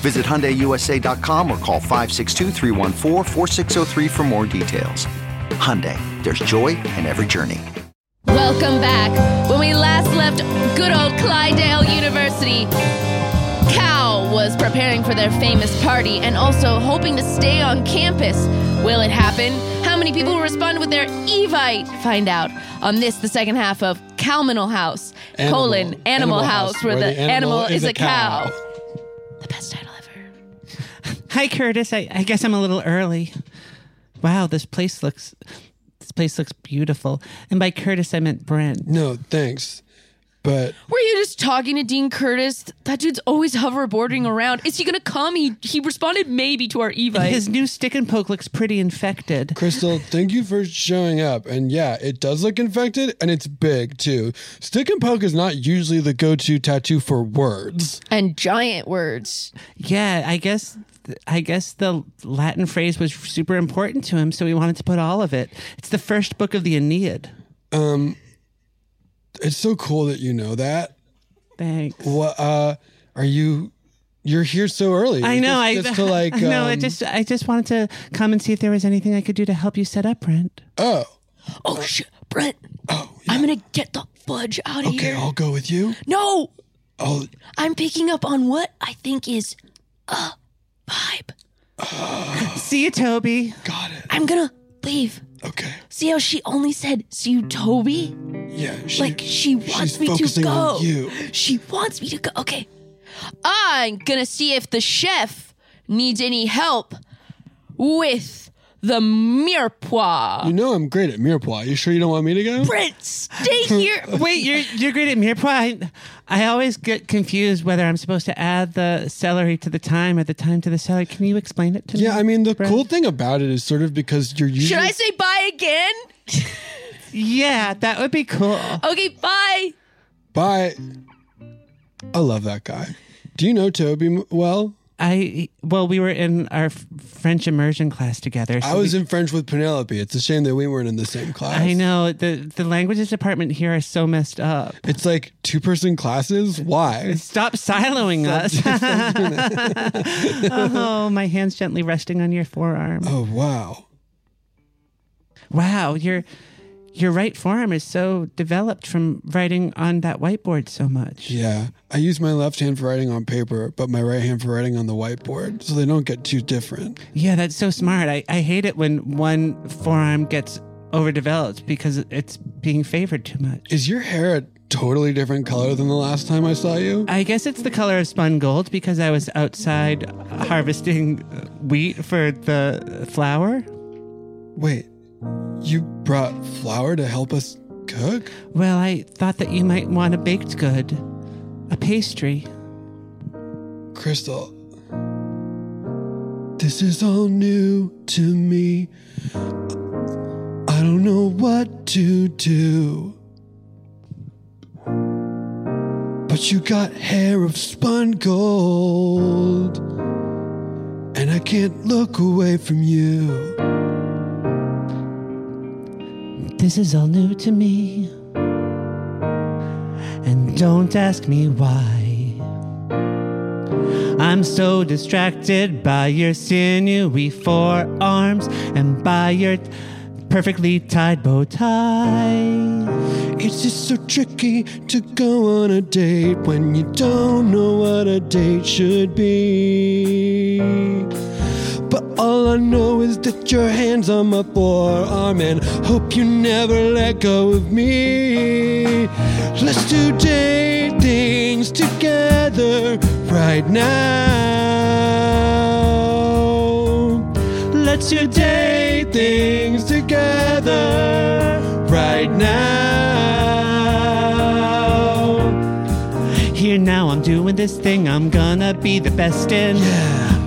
M: Visit HyundaiUSA.com or call 562-314-4603 for more details. Hyundai, there's joy in every journey.
H: Welcome back. When we last left good old Clydale University, Cow was preparing for their famous party and also hoping to stay on campus. Will it happen? How many people will respond with their Evite? Find out on this, the second half of Cowmanal House,
E: Animal-
H: colon, Animal, House, where, the, animal, is a cow.
G: Hi, Curtis. I, I guess I'm a little early. Wow, this place looks this place looks beautiful. And by Curtis, I meant Brent.
E: No, thanks. But
H: Were you just talking to Dean Curtis? That dude's always hoverboarding around. Is he gonna come? He he responded maybe to our Evite.
G: his new stick and poke looks pretty infected.
E: Crystal, thank you for showing up. And yeah, it does look infected and it's big too. Stick and poke is not usually the go to tattoo for words.
H: and giant words.
G: Yeah, I guess I guess the Latin phrase was super important to him, so he wanted to put all of it. It's the first book of the Aeneid.
E: Um it's so cool that you know that.
G: Thanks.
E: What uh are you you're here so early.
G: I
E: Just,
G: know. I
H: *laughs*
G: *laughs*
E: just to like
G: no. I
E: um,
G: just I just wanted to come and see if there was anything I could do to help you set up, Brent.
E: Oh,
H: Oh shit, Brent.
E: Oh,
H: I'm gonna get the fudge out of
E: okay,
H: here.
E: I'll go with you. Oh,
H: no,
E: I'll
H: I'm picking up on what I think is a vibe.
G: See you, Toby.
E: got it.
H: I'm gonna leave.
E: Okay.
H: See how she only said "see you, Toby."
E: Yeah. She,
H: Like she wants
E: she's
H: me to
E: focusing
H: go.
E: on you.
H: She wants me to go. Okay, I'm gonna see if the chef needs any help with
E: *laughs*
H: the Mirepoix.
E: You know I'm great at Mirepoix. You sure you don't want me to go?
H: Brent, stay here.
G: Wait, you're you're great at mirepoix. I, I always get confused whether I'm supposed to add the celery to the thyme or the thyme to the celery. Can you explain it to me?
E: Yeah, I mean the cool thing about it is sort of because you're
H: Should
E: usually
H: I say bye
E: *laughs*
H: again?
G: yeah, that would be cool.
H: Okay, bye.
E: Bye. I love that guy. Do you know Toby m- well?
G: I well, we were in our f- French immersion class together.
E: I was
G: we-
E: in French with Penelope. It's a shame that we weren't in the same class.
G: I know the the languages department here are so messed up.
E: It's like two person classes. Why?
G: Stop siloing us. *laughs* oh, my hands gently resting on your forearm.
E: Oh wow.
G: Wow, your your right forearm is so developed from writing on that whiteboard so much.
E: Yeah. I use my left hand for writing on paper, but my right hand for writing on the whiteboard, so they don't get too different.
G: Yeah, that's so smart. I, I hate it when one forearm gets overdeveloped because it's being favored too much.
E: Is your hair a totally different color than the last time I saw you?
G: I guess it's the color of spun gold because I was outside harvesting wheat for the flour.
E: Wait, you brought flour to help us cook?
G: Well, I thought that you might want a baked good, a pastry.
E: Crystal, this is all new to me. I don't know what to do. But you got hair of spun gold, and I can't look away from you.
G: This is all new to me. And don't ask me why. I'm so distracted by your sinewy forearms and by your perfectly tied bow tie.
E: It's just so tricky to go on a date when you don't know what a date should be. But all I know is that your hands on my forearm and hope you never let go of me. Let's do date things together right now. Let's do date things together right now.
G: Here now, I'm doing this thing I'm gonna be the best in.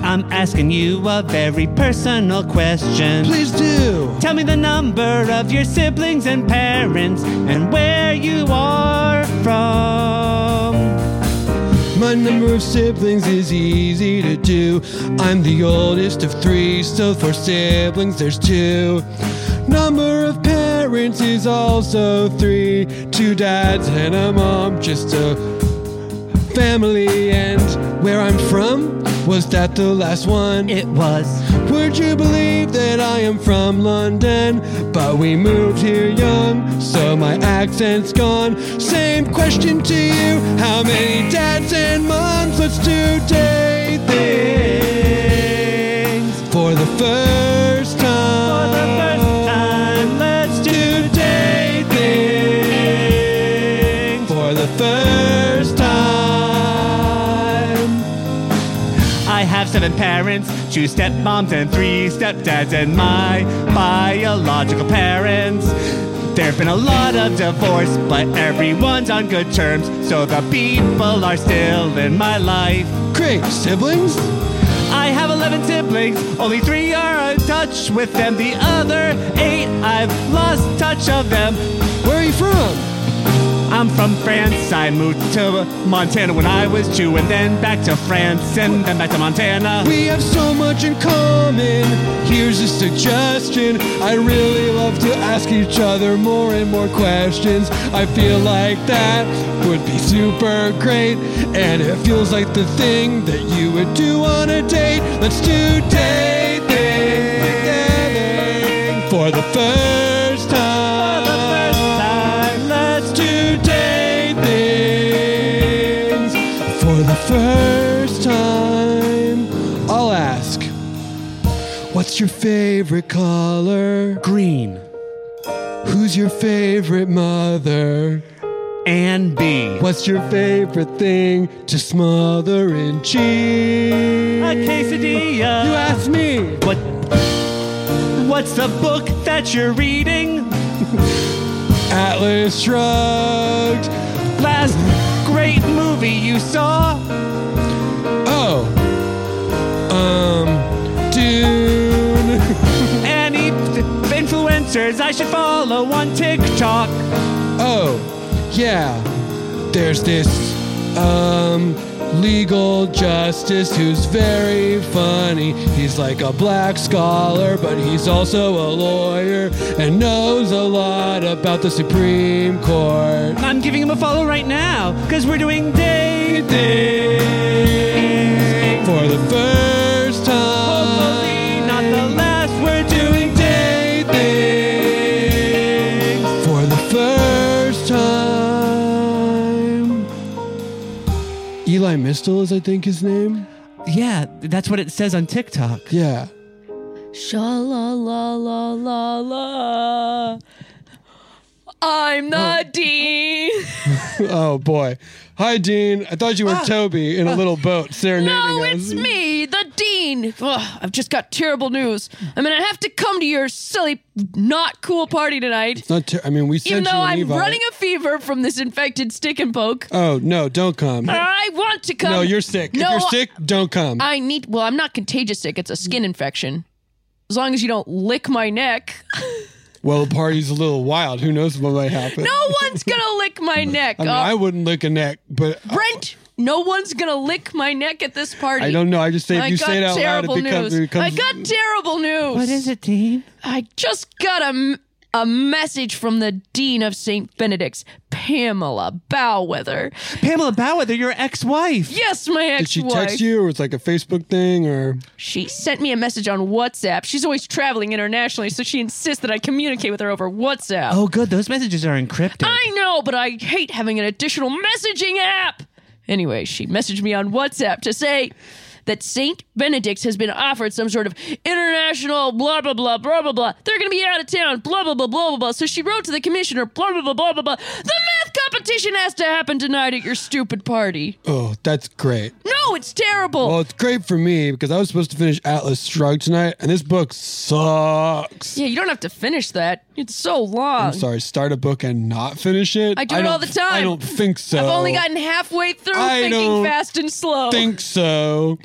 G: I'm asking you a very personal question.
E: Please do.
G: Tell me the number of your siblings and parents and where you are from.
E: My number of siblings is easy to do. I'm the oldest of three, so for siblings there's two. Number of parents is also three. Two dads and a mom, just a family. And where I'm from, was that the last one?
G: It was.
E: Would you believe that I am from London? But we moved here young, so my accent's gone. Same question to you How many dads and moms? Let's do day things for the first time.
G: For the first time,
E: let's do day things for the first time.
G: I have seven parents, two stepmoms and three stepdads, and my biological parents. There have been a lot of divorce, but everyone's on good terms, so the people are still in my life.
E: Great, siblings.
G: I have 11 siblings. Only three are in touch with them. The other eight, I've lost touch of them.
E: Where are you from?
G: I'm from France. I moved to Montana when I was two, and then back to France, and then back to Montana.
E: We have so much in common. Here's a suggestion. I really love to ask each other more and more questions. I feel like that would be super great. And it feels like the thing that you would do on a date. Let's do date thing together for the first time.
G: For the first time.
E: Let's do date things for the first time. I'll ask, what's your favorite color?
G: Green.
E: Who's your favorite mother?
G: And B.
E: What's your favorite thing to smother in cheese?
G: A quesadilla.
E: You asked me.
G: What?
E: I'm
N: What's the book that you're reading?
E: Atlas Shrugged.
N: Last great movie you saw?
E: Oh. Um. Dune. *laughs*
N: Any th- influencers I should follow on TikTok?
E: Oh. Yeah. There's this. Um legal justice who's very funny. He's like a black scholar, but he's also a lawyer and knows a lot about the Supreme Court.
N: I'm giving him a follow right now because we're doing day
E: day for the first time.
N: Hopefully, not the last. We're doing day things
E: for the first time. Eli Mistel is, I think, his name.
N: Yeah, that's what it says on TikTok.
E: Yeah.
H: Sha la la la la la. I'm the
E: *laughs*
H: dean.
E: oh boy. Hi, Dean. I thought you were Toby in a little boat serenading
H: Ah. *laughs* No,
E: us.
H: it's me, the dean. Ugh, I've just got terrible news. I'm gonna have to come to your silly, not cool party tonight.
E: It's not. Ter- I mean, we sent
H: Even
E: you
H: though
E: an
H: I'm
E: Evite.
H: running a fever from this infected stick and poke,
E: Oh no! Don't come.
H: I want to come.
E: No, you're sick.
H: No,
E: if you're sick, don't come.
H: I need. Well, I'm not contagious sick. It's a skin infection. As long as you don't lick my neck,
E: *laughs* well, the party's a little wild. Who knows what might happen?
H: no one's gonna lick my neck.
E: I, mean,
H: Uh,
E: I wouldn't lick a neck, but
H: Brent, no one's gonna lick my neck at this party.
E: I don't know. I just say if
H: I
E: you
H: got
E: say it out loud,
H: terrible
E: it becomes.
H: news.
E: It becomes
H: I got terrible news.
N: What is it, Dean?
H: I just got a, m- a message from the Dean of St. Benedict's, Pamela Bowweather.
N: Pamela Bowether, your ex-wife.
H: Yes, my ex
E: Did she text you, or it's like a Facebook thing, or
H: She sent me a message on WhatsApp. She's always traveling internationally, so she insists that I communicate with her over WhatsApp.
N: Oh, good. Those messages are encrypted.
H: I know, but I hate having an additional messaging app. Anyway, she messaged me on WhatsApp to say that St. Benedict's has been offered some sort of international blah, blah, blah, blah, blah, blah. They're going to be out of town, blah, blah, blah, blah, blah, blah. So she wrote to the commissioner, blah, blah, blah, blah, blah, blah. The math competition has to happen tonight at your stupid party.
E: oh, that's great.
H: No, it's terrible.
E: Well, it's great for me because I was supposed to finish Atlas Shrugged tonight, and this book sucks.
H: yeah, you don't have to finish that. It's so
E: I'm
H: long.
E: sorry. Start a book and not finish it.
H: I do it all
E: don't-
H: the time.
E: I don't think so.
H: I've only gotten halfway through
E: I
H: thinking
E: don't
H: fast and slow. *laughs*
E: think so.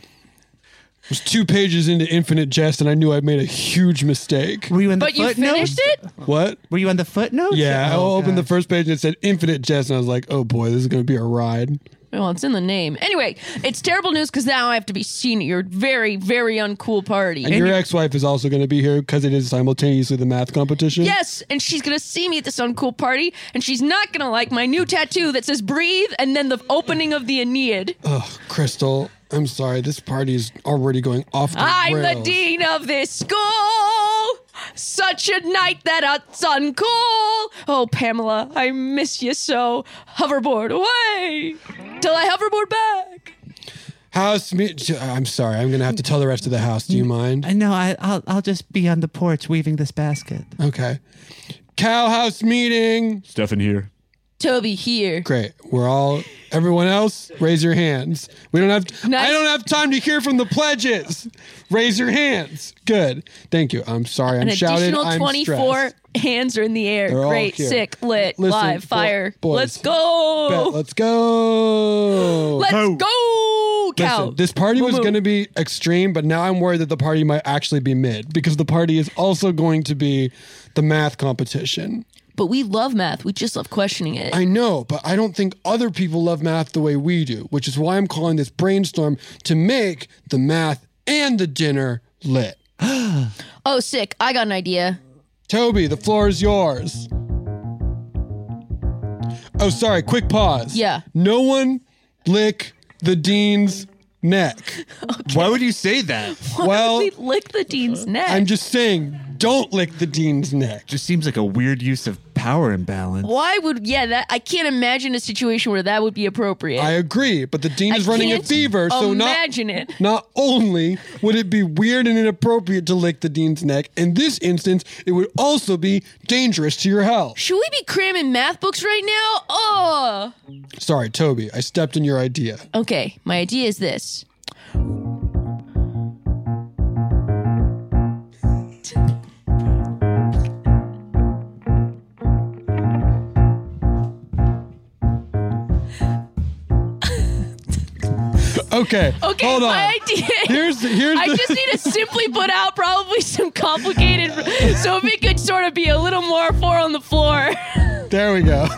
E: It was two pages into Infinite Jest, and I knew I'd made a huge mistake.
N: Were you in the
H: but you
N: footnotes?
H: finished it?
E: What?
N: Were you on the footnotes?
E: Yeah,
N: Oh,
E: I opened
N: God.
E: the first page and it said Infinite Jest, and I was like, oh boy, this is going to be a ride.
H: Well, it's in the name. Anyway, it's terrible news because now I have to be seen at your very, very uncool party.
E: And, your ex wife is also going to be here because it is simultaneously the math competition.
H: yes, and she's gonna see me at this uncool party, and she's not gonna like my new tattoo that says "breathe" and then the opening of the Aeneid.
E: Ugh, Crystal, I'm sorry. This party is already going off the
H: I'm the
E: rails.
H: dean of this school. Such a night that it's uncool. Oh, Pamela, I miss you so. Hoverboard away till I hoverboard back.
E: House me. I'm sorry. I'm going to have to tell the rest of the house. Do you mind?
N: I know. I, I'll, I'll just be on the porch weaving this basket.
E: Okay. Cow house meeting.
G: Stefan here.
H: Toby here.
E: Great. We're all everyone else, raise your hands. We don't have
H: Nice.
E: I don't have time to hear from the pledges. Raise your hands. Good. Thank you. I'm sorry. I'm
H: An
E: shouted.
H: additional
E: I'm
H: 24
E: stressed.
H: hands are in the air.
E: They're all
H: Great,
E: here.
H: sick, lit,
E: Listen,
H: live,
E: bo-
H: fire.
E: boys.
H: Let's go.
E: Bet, let's go.
H: Oh. Let's
E: Listen,
H: go, cow.
E: this party was
H: Moo-moo.
E: going to be extreme, but now I'm worried that the party might actually be mid because the party is also going to be the math competition.
H: But we love math. We just love questioning it.
E: I know, but I don't think other people love math the way we do, which is why I'm calling this brainstorm to make the math and the dinner lit.
H: oh, sick. I got an idea. *laughs*
E: Toby, the floor is yours. Oh, sorry, quick pause.
H: Yeah.
E: No one lick the dean's neck.
H: *laughs*
G: Why would you say that?
E: well,
H: we lick the dean's neck.
E: I'm just saying, don't lick the dean's neck.
G: Just seems like a weird use of power imbalance.
H: Why would yeah? That I can't imagine a situation where that would be appropriate.
E: I agree, but the dean
H: I
E: is running a
H: can't
E: fever, so not
H: imagine it.
E: Not only would it be weird and inappropriate to lick the dean's neck, in this instance, it would also be dangerous to your health.
H: Should we be cramming math books right now? Oh.
E: Sorry, Toby, I stepped in your idea.
H: Okay, my idea is this.
E: Okay.
H: Okay,
E: Hold on.
H: my idea.
E: Here's the- here's
H: I
E: the-
H: just need to simply put out probably some complicated, so if it could sort of be a little more four on the floor.
E: There we go.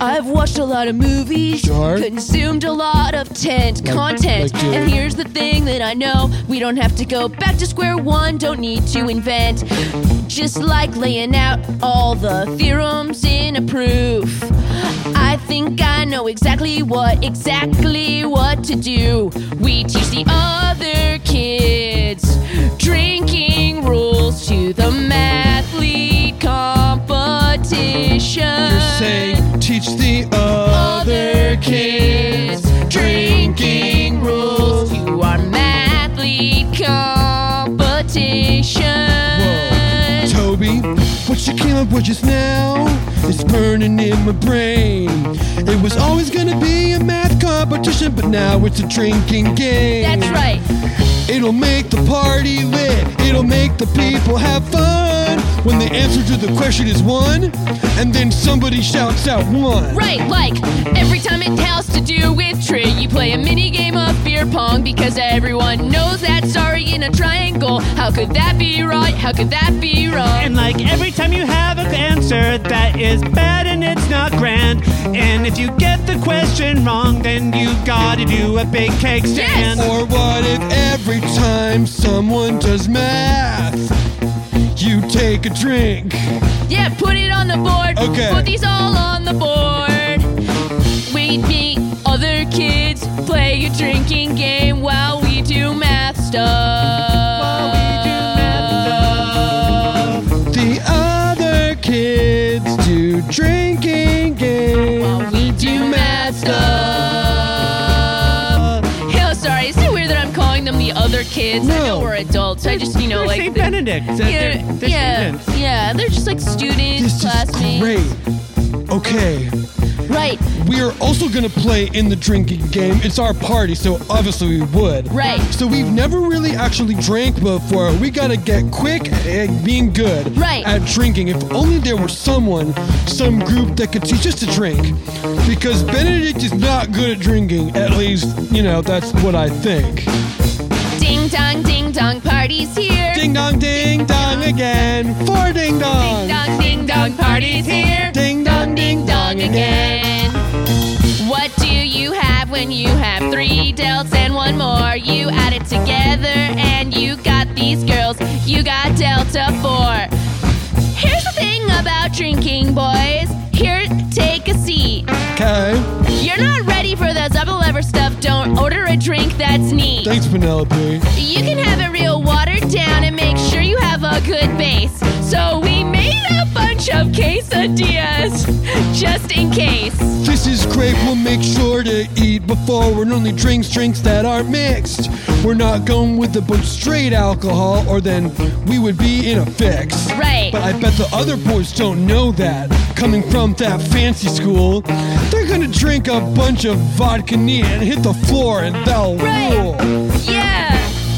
H: I've watched a lot of movies,
E: Sure.
H: consumed a lot of tent
E: Like-
H: content,
E: like you.
H: and here's the thing that I know: we don't have to go back to square one. Don't need to invent. Just like laying out all the theorems in a proof. I think I know exactly what exactly what to do. We teach the other kids drinking rules to the mathly competition.
E: You're
H: Uh,
E: saying teach the other kids
H: drinking rules to our mathly competition.
E: Toby, what you came up with just now is burning in my brain. It was always gonna be a math competition, but now it's a drinking game.
H: That's right.
E: It'll make the party lit. It'll make the people have fun. When the answer to the question is one, and then somebody shouts out one.
H: Right, like every time it has to do with tree, you play a mini game of beer pong because everyone knows that sorry in a triangle. How could that be right? How could that be wrong?
G: And like every time you have an answer that is bad and it's not grand, and if you get the question wrong, then you gotta do a big cake stand.
E: Or what if every time someone does math, you take a drink?
H: Yeah, put it on the board.
E: Okay.
H: Put these all on the board. We meet other kids, play a drinking game while we do math stuff. While we do math stuff.
E: The other kids do drinking games.
H: We do math stuff. Hell, sorry. Is it weird that I'm calling them the other kids? I know
E: No.
H: we're adults. I just, you know,
G: They're
H: like.
G: Saint Benedict. Uh,
H: yeah,
G: they're- they're
H: yeah,
G: students.
H: yeah, they're just like students,
E: This is
H: classmates.
E: great. Okay,
H: Right,
E: we are also gonna play in the drinking game. It's our party, so obviously we would.
H: Right.
E: So we've never really actually drank before. We gotta get quick at being good
H: Right.
E: at drinking. If only there were someone, some group that could teach us to drink. Because Benedict is not good at drinking. At least, you know, that's what I think.
H: Ding dong, ding dong, party's here.
E: Ding dong, ding dong again. Four ding
H: Ding
E: dong.
H: dong, ding dong, party's here.
E: Ding dong,
H: ding dong again. What do you have when you have three delts and one more? You add it together and you got these girls. You got delta four. Here's the thing about drinking, boys. Here, take a seat.
E: Okay.
H: You're not ready for the double lever stuff. Don't order a drink that's neat.
E: Thanks, Penelope.
H: You can have it real watered down and make sure you have a good base. So we made a bunch of quesadillas just in case.
E: This is great. We'll make sure to eat before and only drinks drinks that are mixed. We're not going with a bunch of straight alcohol, or then we would be in a fix.
H: Right.
E: But I bet the other boys don't know that. Coming from that fancy school, they're gonna drink a bunch of vodka and hit the floor, and they'll
H: Right.
E: rule.
H: Yeah,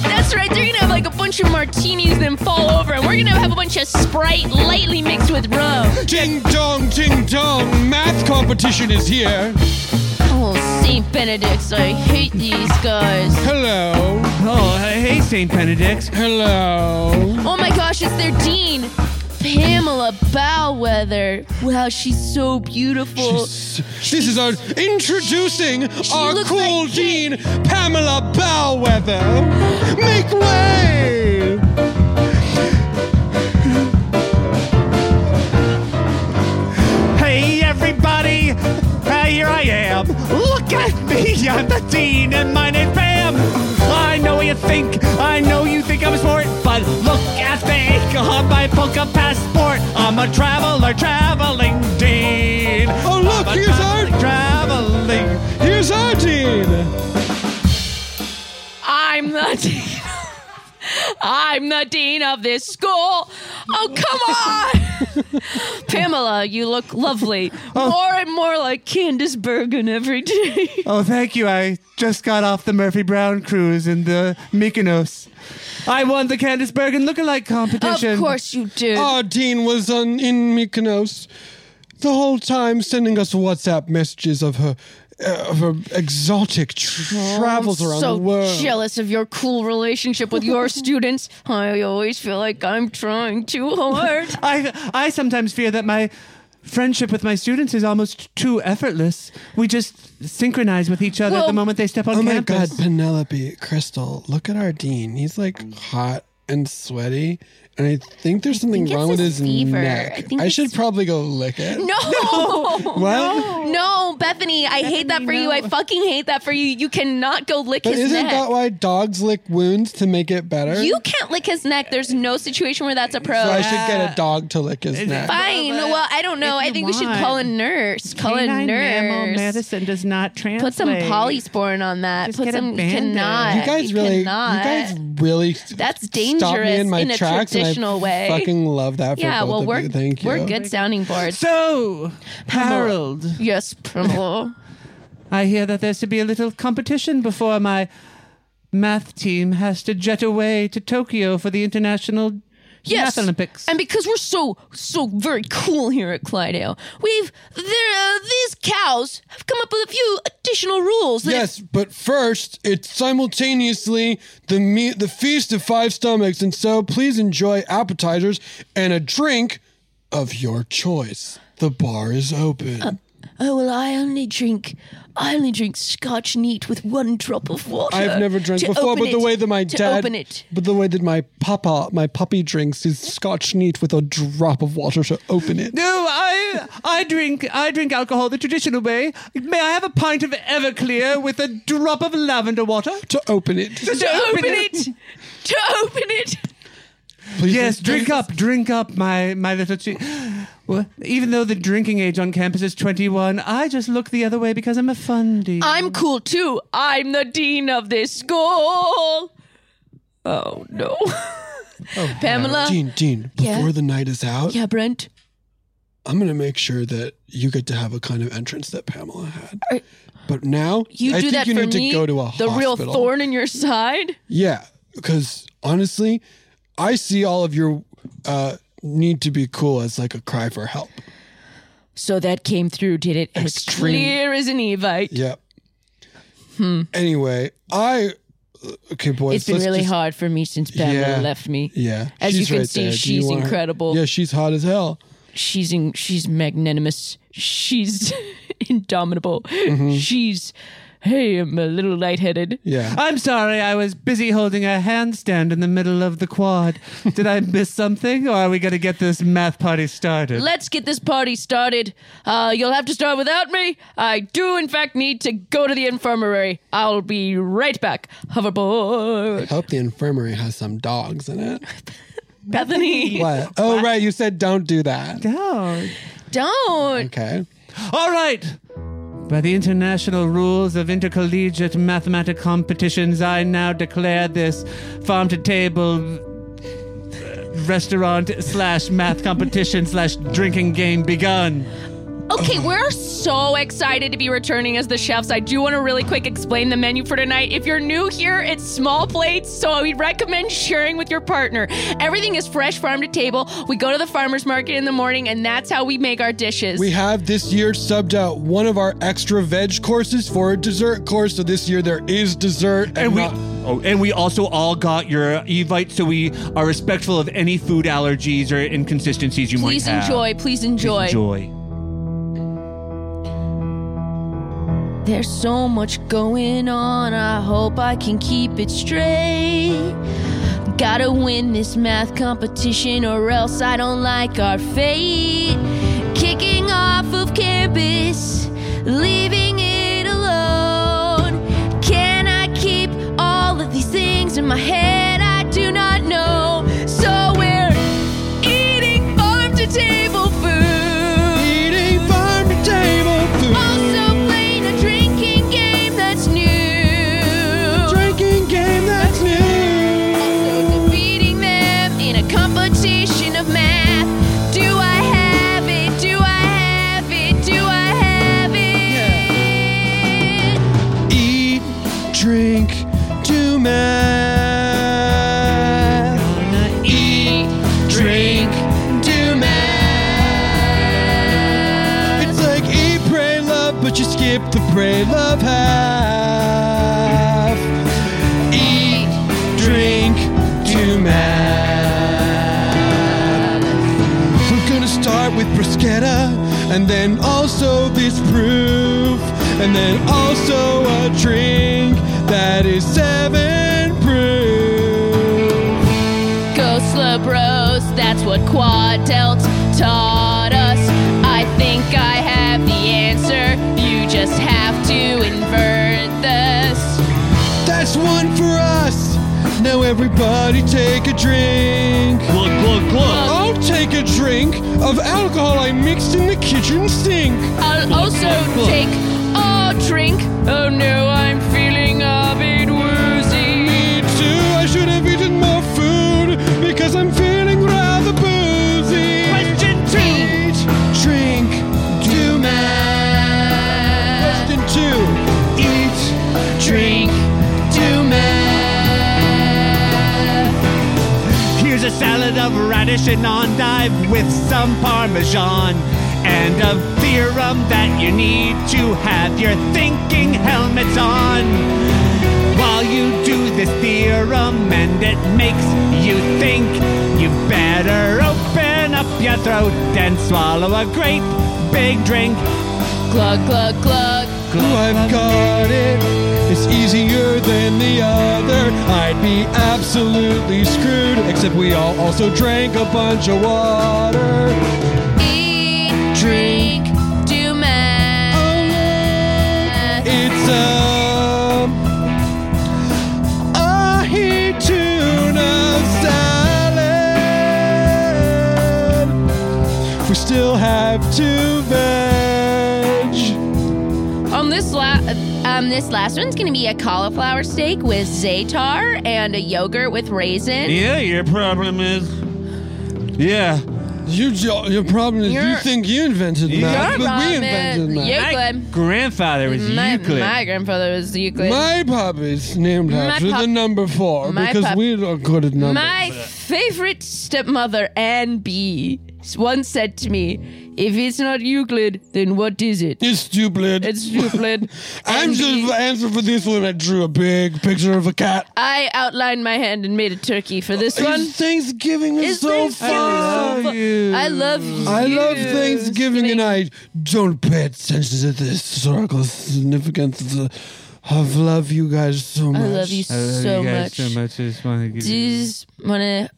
H: that's right. They're gonna have like a bunch of martinis, then fall over, and we're gonna have a bunch of Sprite lightly mixed with rum.
E: Ding dong, ding dong. Math competition is here.
H: Oh, Saint Benedict's, I hate these guys.
E: Hello.
G: Oh, hey, Saint Benedict.
E: Hello.
H: Oh my gosh, it's their dean, Pamela Bellwether. Wow, she's so beautiful.
E: This is our introducing our
H: looks
E: cool
H: like
E: dean, Pamela Bellwether. Make way!
G: Hey, everybody. Hey, here I am. Look at me. I'm the dean, and my name's Pam. I know what you think. I know you think I'm smart, but look at the ink on my polka passport. I'm a traveler, traveling dean.
E: Oh, look,
G: I'm a
E: here's our-
G: traveling.
E: Here's our dean.
H: I'm
E: *laughs*
H: the dean. I'm the dean of this school. Oh, come
E: *laughs*
H: on. Pamela, you look lovely.
E: Oh.
H: More and more like Candace Bergen
E: *laughs*
H: every day.
G: Oh, thank you. I just got off the Murphy Brown cruise in the Mykonos. I won the Candice Bergen lookalike competition.
H: Of course you do.
E: Our dean was on in Mykonos. the whole time sending us WhatsApp messages of her uh, of her exotic tr-
G: Oh,
E: travels
H: I'm
E: around
H: so
E: the world.
H: jealous of your cool relationship
E: *laughs*
H: with your students. I always feel like I'm trying
E: *laughs*
H: too hard.
G: I I sometimes fear that my friendship with my students is almost too effortless. We just synchronize with each other
H: Well-
G: the moment they step on
E: oh my
G: campus.
E: god, Penelope Crystal, look at our dean. He's like hot and sweaty, and I think there's something
H: think it's
E: wrong with
H: his
E: his
H: fever. I
E: neck.
H: think
E: I,
H: it's-
E: should probably go lick it.
H: No.
E: *laughs* What?
H: No, Bethany, I hate that for you. I fucking hate that for you. You cannot go lick
E: But
H: his
E: isn't
H: neck.
E: that why dogs lick wounds to make it better?
H: you can't lick his neck. There's no situation where that's a pro.
E: so I should get a dog to lick his
G: Is-
E: neck.
H: Fine.
G: Well, but
H: Well, I don't know.
G: if
H: I
G: you
H: think we should call a
G: want,
H: nurse. Call a
G: Canine mammal
H: nurse.
G: medicine does not translate.
H: Put some polysporin on that.
G: Just
H: Put
G: get a
H: some. You
G: Band-Aid.
H: cannot.
E: You guys really,
H: cannot.
E: you guys really.
H: That's
E: Stop me
H: dangerous
E: in my
H: in a
E: tracks, and I
H: traditional way.
E: Fucking love that. For
H: yeah.
E: both
H: Well,
E: of
H: we're
E: you. thank you.
H: we're good sounding boards.
G: So, Harold,
H: yes, Primble.
G: I hear that there's to be a little competition before my math team has to jet away to Tokyo for the International
H: Yes.
G: Math Olympics.
H: And because we're so so very cool here at Clydale, we've there uh, these cows have come up with a few additional rules. that-
E: Yes, but first, it's simultaneously the me- the feast of five stomachs, and so please enjoy appetizers and a drink of your choice. The bar is open.
H: Oh well, I only drink I only drink Scotch neat with one drop of water.
E: I've never drank
H: to
E: before,
H: open
E: but the
H: it-
E: way that my
H: to
E: dad,
H: open it.
E: but the way that my papa, my puppy drinks is Scotch neat with a drop of water to open it.
G: No, I I drink I drink alcohol the traditional way. May I have a pint of Everclear with a drop of lavender water?
E: To open
H: *laughs*
E: it.
H: To open it, to open it.
E: Please
G: Yes, drink up, drink up, my my little chi Well, even though the drinking age on campus is 21, I just look the other way because I'm a fundy.
H: I'm cool too. I'm the dean of this school. Oh no, *laughs* Pamela.
E: Dean, Dean,
H: Yeah?
E: before the night is out,
H: Yeah, Brent.
E: I'm going to make sure that you get to have a kind of entrance that Pamela had. But now,
H: You
E: I
H: do
E: think
H: that
E: you
H: for
E: need
H: me.
E: to go to a
H: the real
E: hospital.
H: thorn in your side.
E: Yeah, because honestly, I see all of your uh, need to be cool as like a cry for help.
H: So that came through, did it? As
E: Extreme.
H: clear as an Evite.
E: Yep. Anyway, I okay, boys.
H: Hmm. it's been
E: let's
H: really
E: just-
H: hard for me since Pamela
E: Yeah.
H: left me.
E: Yeah,
H: As you
E: she's
H: can
E: right
H: see,
E: there. Do you
H: she's
E: want her-
H: incredible.
E: Yeah, she's hot as hell.
H: she's in, she's magnanimous. She's *laughs* indomitable. She's hey, I'm a little lightheaded.
E: Mm-hmm. Yeah,
G: I'm sorry, I was busy holding a handstand in the middle of the quad. Did I miss something, or are we going to get this math party started?
H: Let's get this party started. Uh, you'll have to start without me. I do, in fact, need to go to the infirmary. I'll be right back. *laughs* Hoverboard.
E: hope the infirmary has some dogs in
H: *laughs*
E: it.
H: Bethany,
E: What? Oh, right, you said don't do that.
G: Down.
H: don't.
E: Okay.
G: All right. By the international rules of intercollegiate mathematical competitions, I now declare this farm to table uh, restaurant slash math competition slash drinking game begun.
H: Okay, we're so excited to be returning as the chefs. I do want to really quick explain the menu for tonight. If you're new here, it's small plates, so we recommend sharing with your partner. Everything is fresh farm to table. We go to the farmer's market in the morning, and that's how we make our dishes.
E: We have this year subbed out one of our extra veg courses for a dessert course. So this year there is dessert.
G: And we,
E: not-
G: oh, and we also all got your Evite, so we are respectful of any food allergies or inconsistencies you
H: please
G: might have.
H: enjoy, please enjoy.
G: Enjoy.
H: There's so much going on, I hope I can keep it straight. Gotta win this math competition, or else I don't like our fate. Kicking off of campus, leaving it alone. Can I keep all of these things in my head? I do not know. So we're eating farm to table food.
E: Eating farm to table food.
H: Also playing a drinking game that's new.
E: Drinking game that's new.
H: Defeating them in a competition of math. Do I have it? Do I have it? Do I have it?
E: Eat, drink, do math. Eat, drink, do math. Skip the brave love half. Eat, drink, do math. We're gonna start with bruschetta, and then also this proof, and then also a drink that is seven proof.
D: Go slow, bros. That's what quad delt taught us. I think I have the answer. You just have to invert this.
E: That's one for us. Now everybody take a drink.
G: Glug, glug, glug.
E: I'll take a drink of alcohol I mixed in the kitchen sink.
H: I'll also
G: Look.
H: take a drink. Oh no, I'm feeling a bit woozy.
E: Me too, I should have eaten more food because I'm feeling rather boozy.
G: Question two.
E: Eat, drink, do math. Question two. Eat, drink, do math.
G: Here's a salad of radish and endive with some parmesan and a theorem that you need to have your thinking helmets on. While you do this theorem and it makes you think, you better open up your throat and swallow a great big drink.
D: Glug, glug, glug.
E: Ooh, I've got it. It's easier than the other. I'd be absolutely screwed, except we all also drank a bunch of water.
D: Eat, drink, do math.
E: It's um a heat tuna salad. We still have two veg.
D: On this la- um, this last one's gonna be a cauliflower steak with za'atar and a yogurt with raisin.
G: Yeah, your problem is. Yeah.
E: You, jo- your problem is you
H: Your-
E: think you invented math,
H: Your
E: but we
H: ramen,
E: invented math.
H: Euclid.
G: Grandfather was
H: My,
G: Euclid.
H: my grandfather was Euclid.
E: My puppy's named
H: My
E: after
H: pup-
E: the number four
H: my
E: because
H: pup-
E: we are good at numbers.
H: My favorite stepmother, Anne B, once said to me, If it's not Euclid, then what is it?
E: it's stupid.
H: It's Euclid.
E: *laughs* I'm
H: Anne
E: just
H: B.
E: the answer for this one. I drew a big picture of a cat.
H: I outlined my hand and made a turkey for this one.
E: It's Thanksgiving is
H: It's
E: so
H: Thanksgiving.
E: fun.
H: I love you.
E: I love Thanksgiving, and I don't pay attention to the historical significance of the. I love you guys so much.
H: I love you so much.
G: much. I just want to give
H: Just wanna.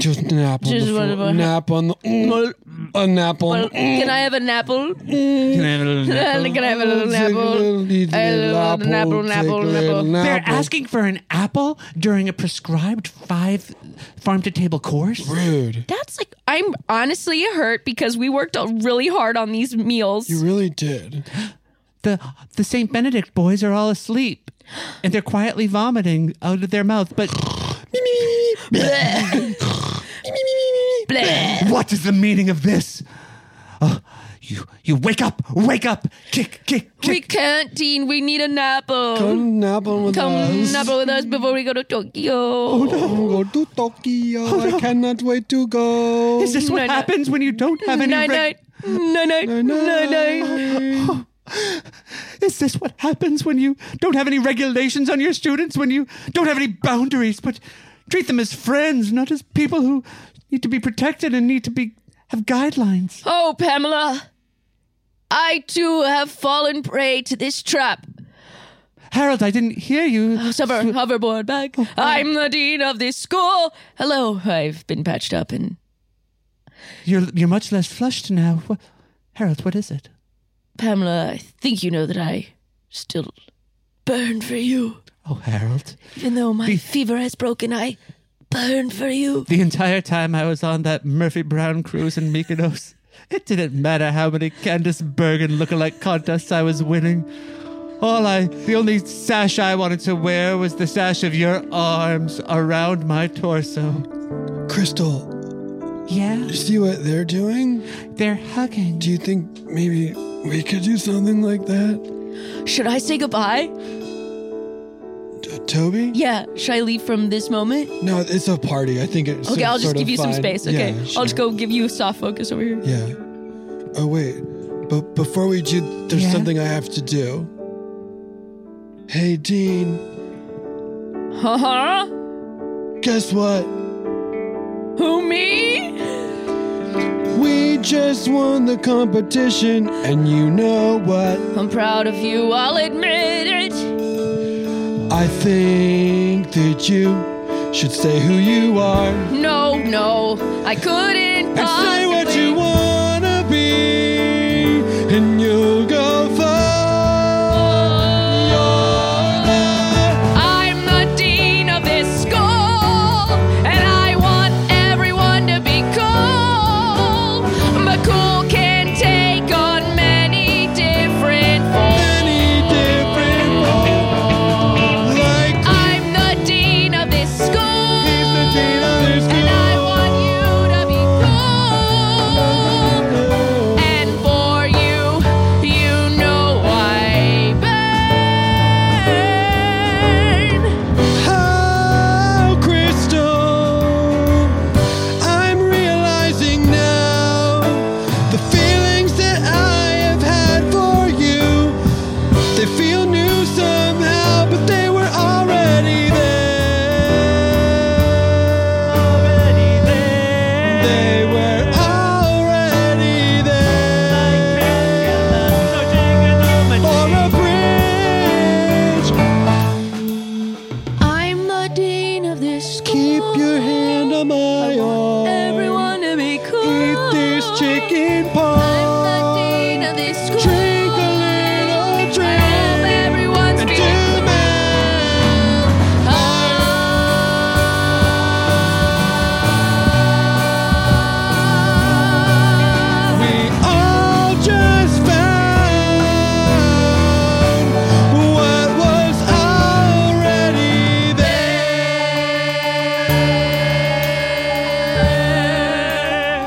E: Just nap on
H: Just
E: the
H: what
E: floor.
H: about-
E: Nap on the. A nap on
H: Well,
E: the.
H: can I have an apple?
G: Can I have a little
H: *laughs* Can I have a little
E: Mm, Take a
H: apple?
E: little- eat
H: A little
E: apple,
H: apple,
E: take a
H: apple,
E: little
H: apple.
G: They're
E: apple.
G: asking for an apple during a prescribed five farm to table course.
E: Rude.
H: That's like I'm honestly hurt because we worked really hard on these meals.
E: You *laughs* really did.
G: The the St. Benedict boys are all asleep and they're quietly vomiting out of their mouth. But
H: *laughs* Bleh.
G: what is the meaning of this? Oh, you you wake up, wake up, kick, kick,
H: We
G: kick.
H: can't, Dean. We need an apple.
E: Come nap on with
H: Come
E: us.
H: number with us before we go to Tokyo.
E: Come go to Tokyo.
H: *laughs*
E: I cannot wait to go.
G: is this what
H: Night, night.
G: happens when you don't have any?
H: Night,
G: reg-
H: night. Night, night. Night, night.
G: Is this what happens when you don't have any regulations on your students, when you don't have any boundaries, but treat them as friends, not as people who need to be protected and need to be have guidelines?
H: Oh, Pamela. I too have fallen prey to this trap.
G: Harold, I didn't hear you.
H: Summer hoverboard back. I'm the dean of this school. Hello, I've been patched up and
G: You're you're much less flushed now. What, Harold, what is it?
H: Pamela, I think you know that I still burn for you.
G: Oh, Harold.
H: Even though my fever has broken, I burn for you.
G: The entire time I was on that Murphy Brown cruise in Mykonos, it didn't matter how many Candace Bergen lookalike contests I was winning. All I, the only sash I wanted to wear was the sash of your arms around my torso.
E: Crystal,
G: Yeah,
E: you see what they're doing?
G: they're hugging.
E: Do you think maybe we could do something like that?
H: Should I say goodbye?
E: T- Toby?
H: Yeah. Should I leave from this moment?
E: No, it's a party. I think it's.
H: Okay, I'll just
E: sort of
H: give you some
E: fine.
H: space. Okay,
E: Yeah,
H: I'll just
E: sure.
H: go give you soft focus over here.
E: Yeah. Oh, wait. But before we do, there's
H: Yeah?
E: something I have to do. Hey, Dean,
H: Huh huh?
E: guess what?
H: Who me?
E: We just won the competition, and you know what?
H: I'm proud of you, I'll admit it.
E: I think that you should say who you are
H: No, no, I couldn't
E: and say what
H: possibly-
E: you wanna be, and you'll go far.
D: I'm the dean of this school, and I want everyone to be cool. But cool can take on many different
E: Many different forms, like
D: I'm the dean of this school,
E: he's the dean of this
D: and I want
E: school.
D: you to be cool. And for you, you know I burn.
E: How crystal I'm realizing now the feelings that I have had for you. They feel new somehow, but they were already there. Already there. They were already there. For a bridge
H: I'm the dean of this school.
E: Keep your hand on my arm.
H: Everyone to be cool.
E: Eat this chicken pie.
H: dean of this school.
E: Drink a little
D: I
E: drink.
D: hope everyone's
E: And
D: be
E: do my-
H: Ah.
E: We all just found what was already there.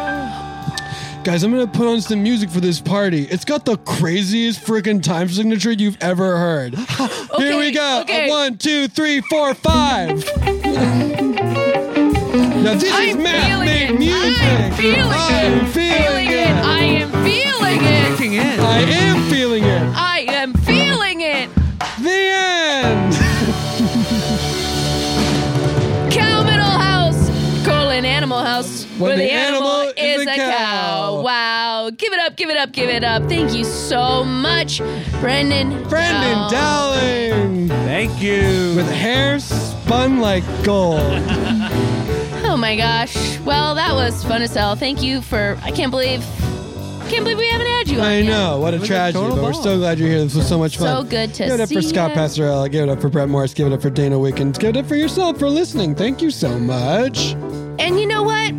E: Guys, I'm gonna put on some music for this party. It's got the craziest freaking time signature you've ever heard. Here we
H: Okay,
E: go.
H: okay.
E: A One, two, three, four, five. Now this is
H: I'm
E: Matt
H: feeling
E: made
H: it.
E: music.
H: I'm feeling
E: I'm
H: it.
E: feeling it.
H: I am feeling it.
G: Kicking in.
E: I am feeling it.
H: I am feeling it.
E: The end.
H: Cowmiddle house. Colon animal house.
E: When
H: where
E: the
H: the animal,
E: animal
H: is,
E: is a
H: a
E: cow.
H: cow. Wow. Give it up, give it up, give it up. Thank you so much, Brendan.
E: Brendan
H: Dow.
E: Dowling
G: Thank you.
E: with hair spun like
H: *laughs*
E: gold.
H: Oh my gosh. Well, that was fun as hell. Thank you for. I can't believe. Can't believe we haven't had you. on
E: I
H: yet.
E: know what a
G: was a
E: tragedy,
G: total
E: but we're
G: ball.
E: so glad you're here. This was so much fun.
H: So good to
E: Give it up for
H: see
E: Scott
H: ya.
E: Passarella. Give it up for Brett Morris. Give it up for Dana Wickens. Give it up for yourself for listening. Thank you so much.
H: And you know what?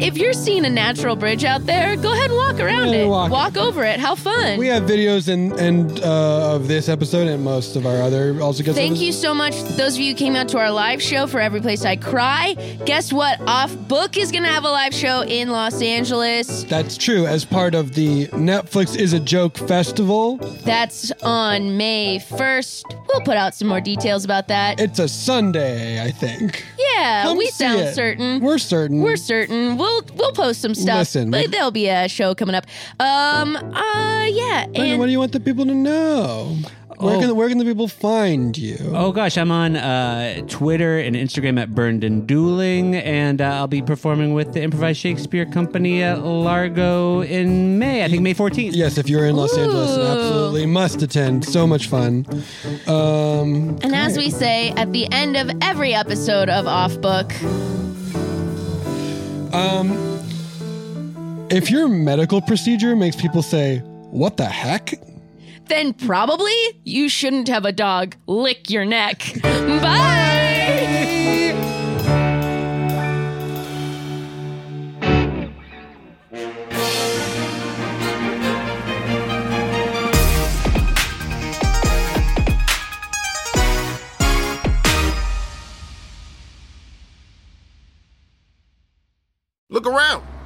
H: If you're seeing a natural bridge out there, go ahead and walk around
E: Yeah,
H: it.
E: walk
H: Walk,
E: it.
H: over it. How fun.
E: We have videos and and uh, of this episode and most of our other also good.
H: Thank you so much, those of you who came out to our live show for Every Place I Cry. Guess what? Off Book is going to have a live show in Los Angeles.
E: That's true. As part of the Netflix is a joke festival,
H: That's on May 1st. We'll put out some more details about that.
E: it's a Sunday, I think.
H: yeah,
E: Come
H: we
E: see
H: sound
E: it.
H: certain.
E: We're certain.
H: We're certain. We'll we'll post some stuff.
E: Listen, we-
H: but there'll be a show coming up. Um. Uh. Yeah.
E: Brandon,
H: and
E: what do you want the people to know? Where
G: Oh.
E: can where can the people find you?
G: Oh gosh, I'm on uh, Twitter and Instagram at Burnden Dueling, and uh, I'll be performing with the Improvised Shakespeare Company at Largo in May. I think May 14th.
E: Yes, if you're in Los Angeles,
H: Ooh.
E: absolutely must attend. So much fun. Um,
H: and as we say at the end of every episode of Off Book,
E: if your medical procedure makes people say, "What the heck?"
H: then probably you shouldn't have a dog lick your neck. Bye.
O: Look around.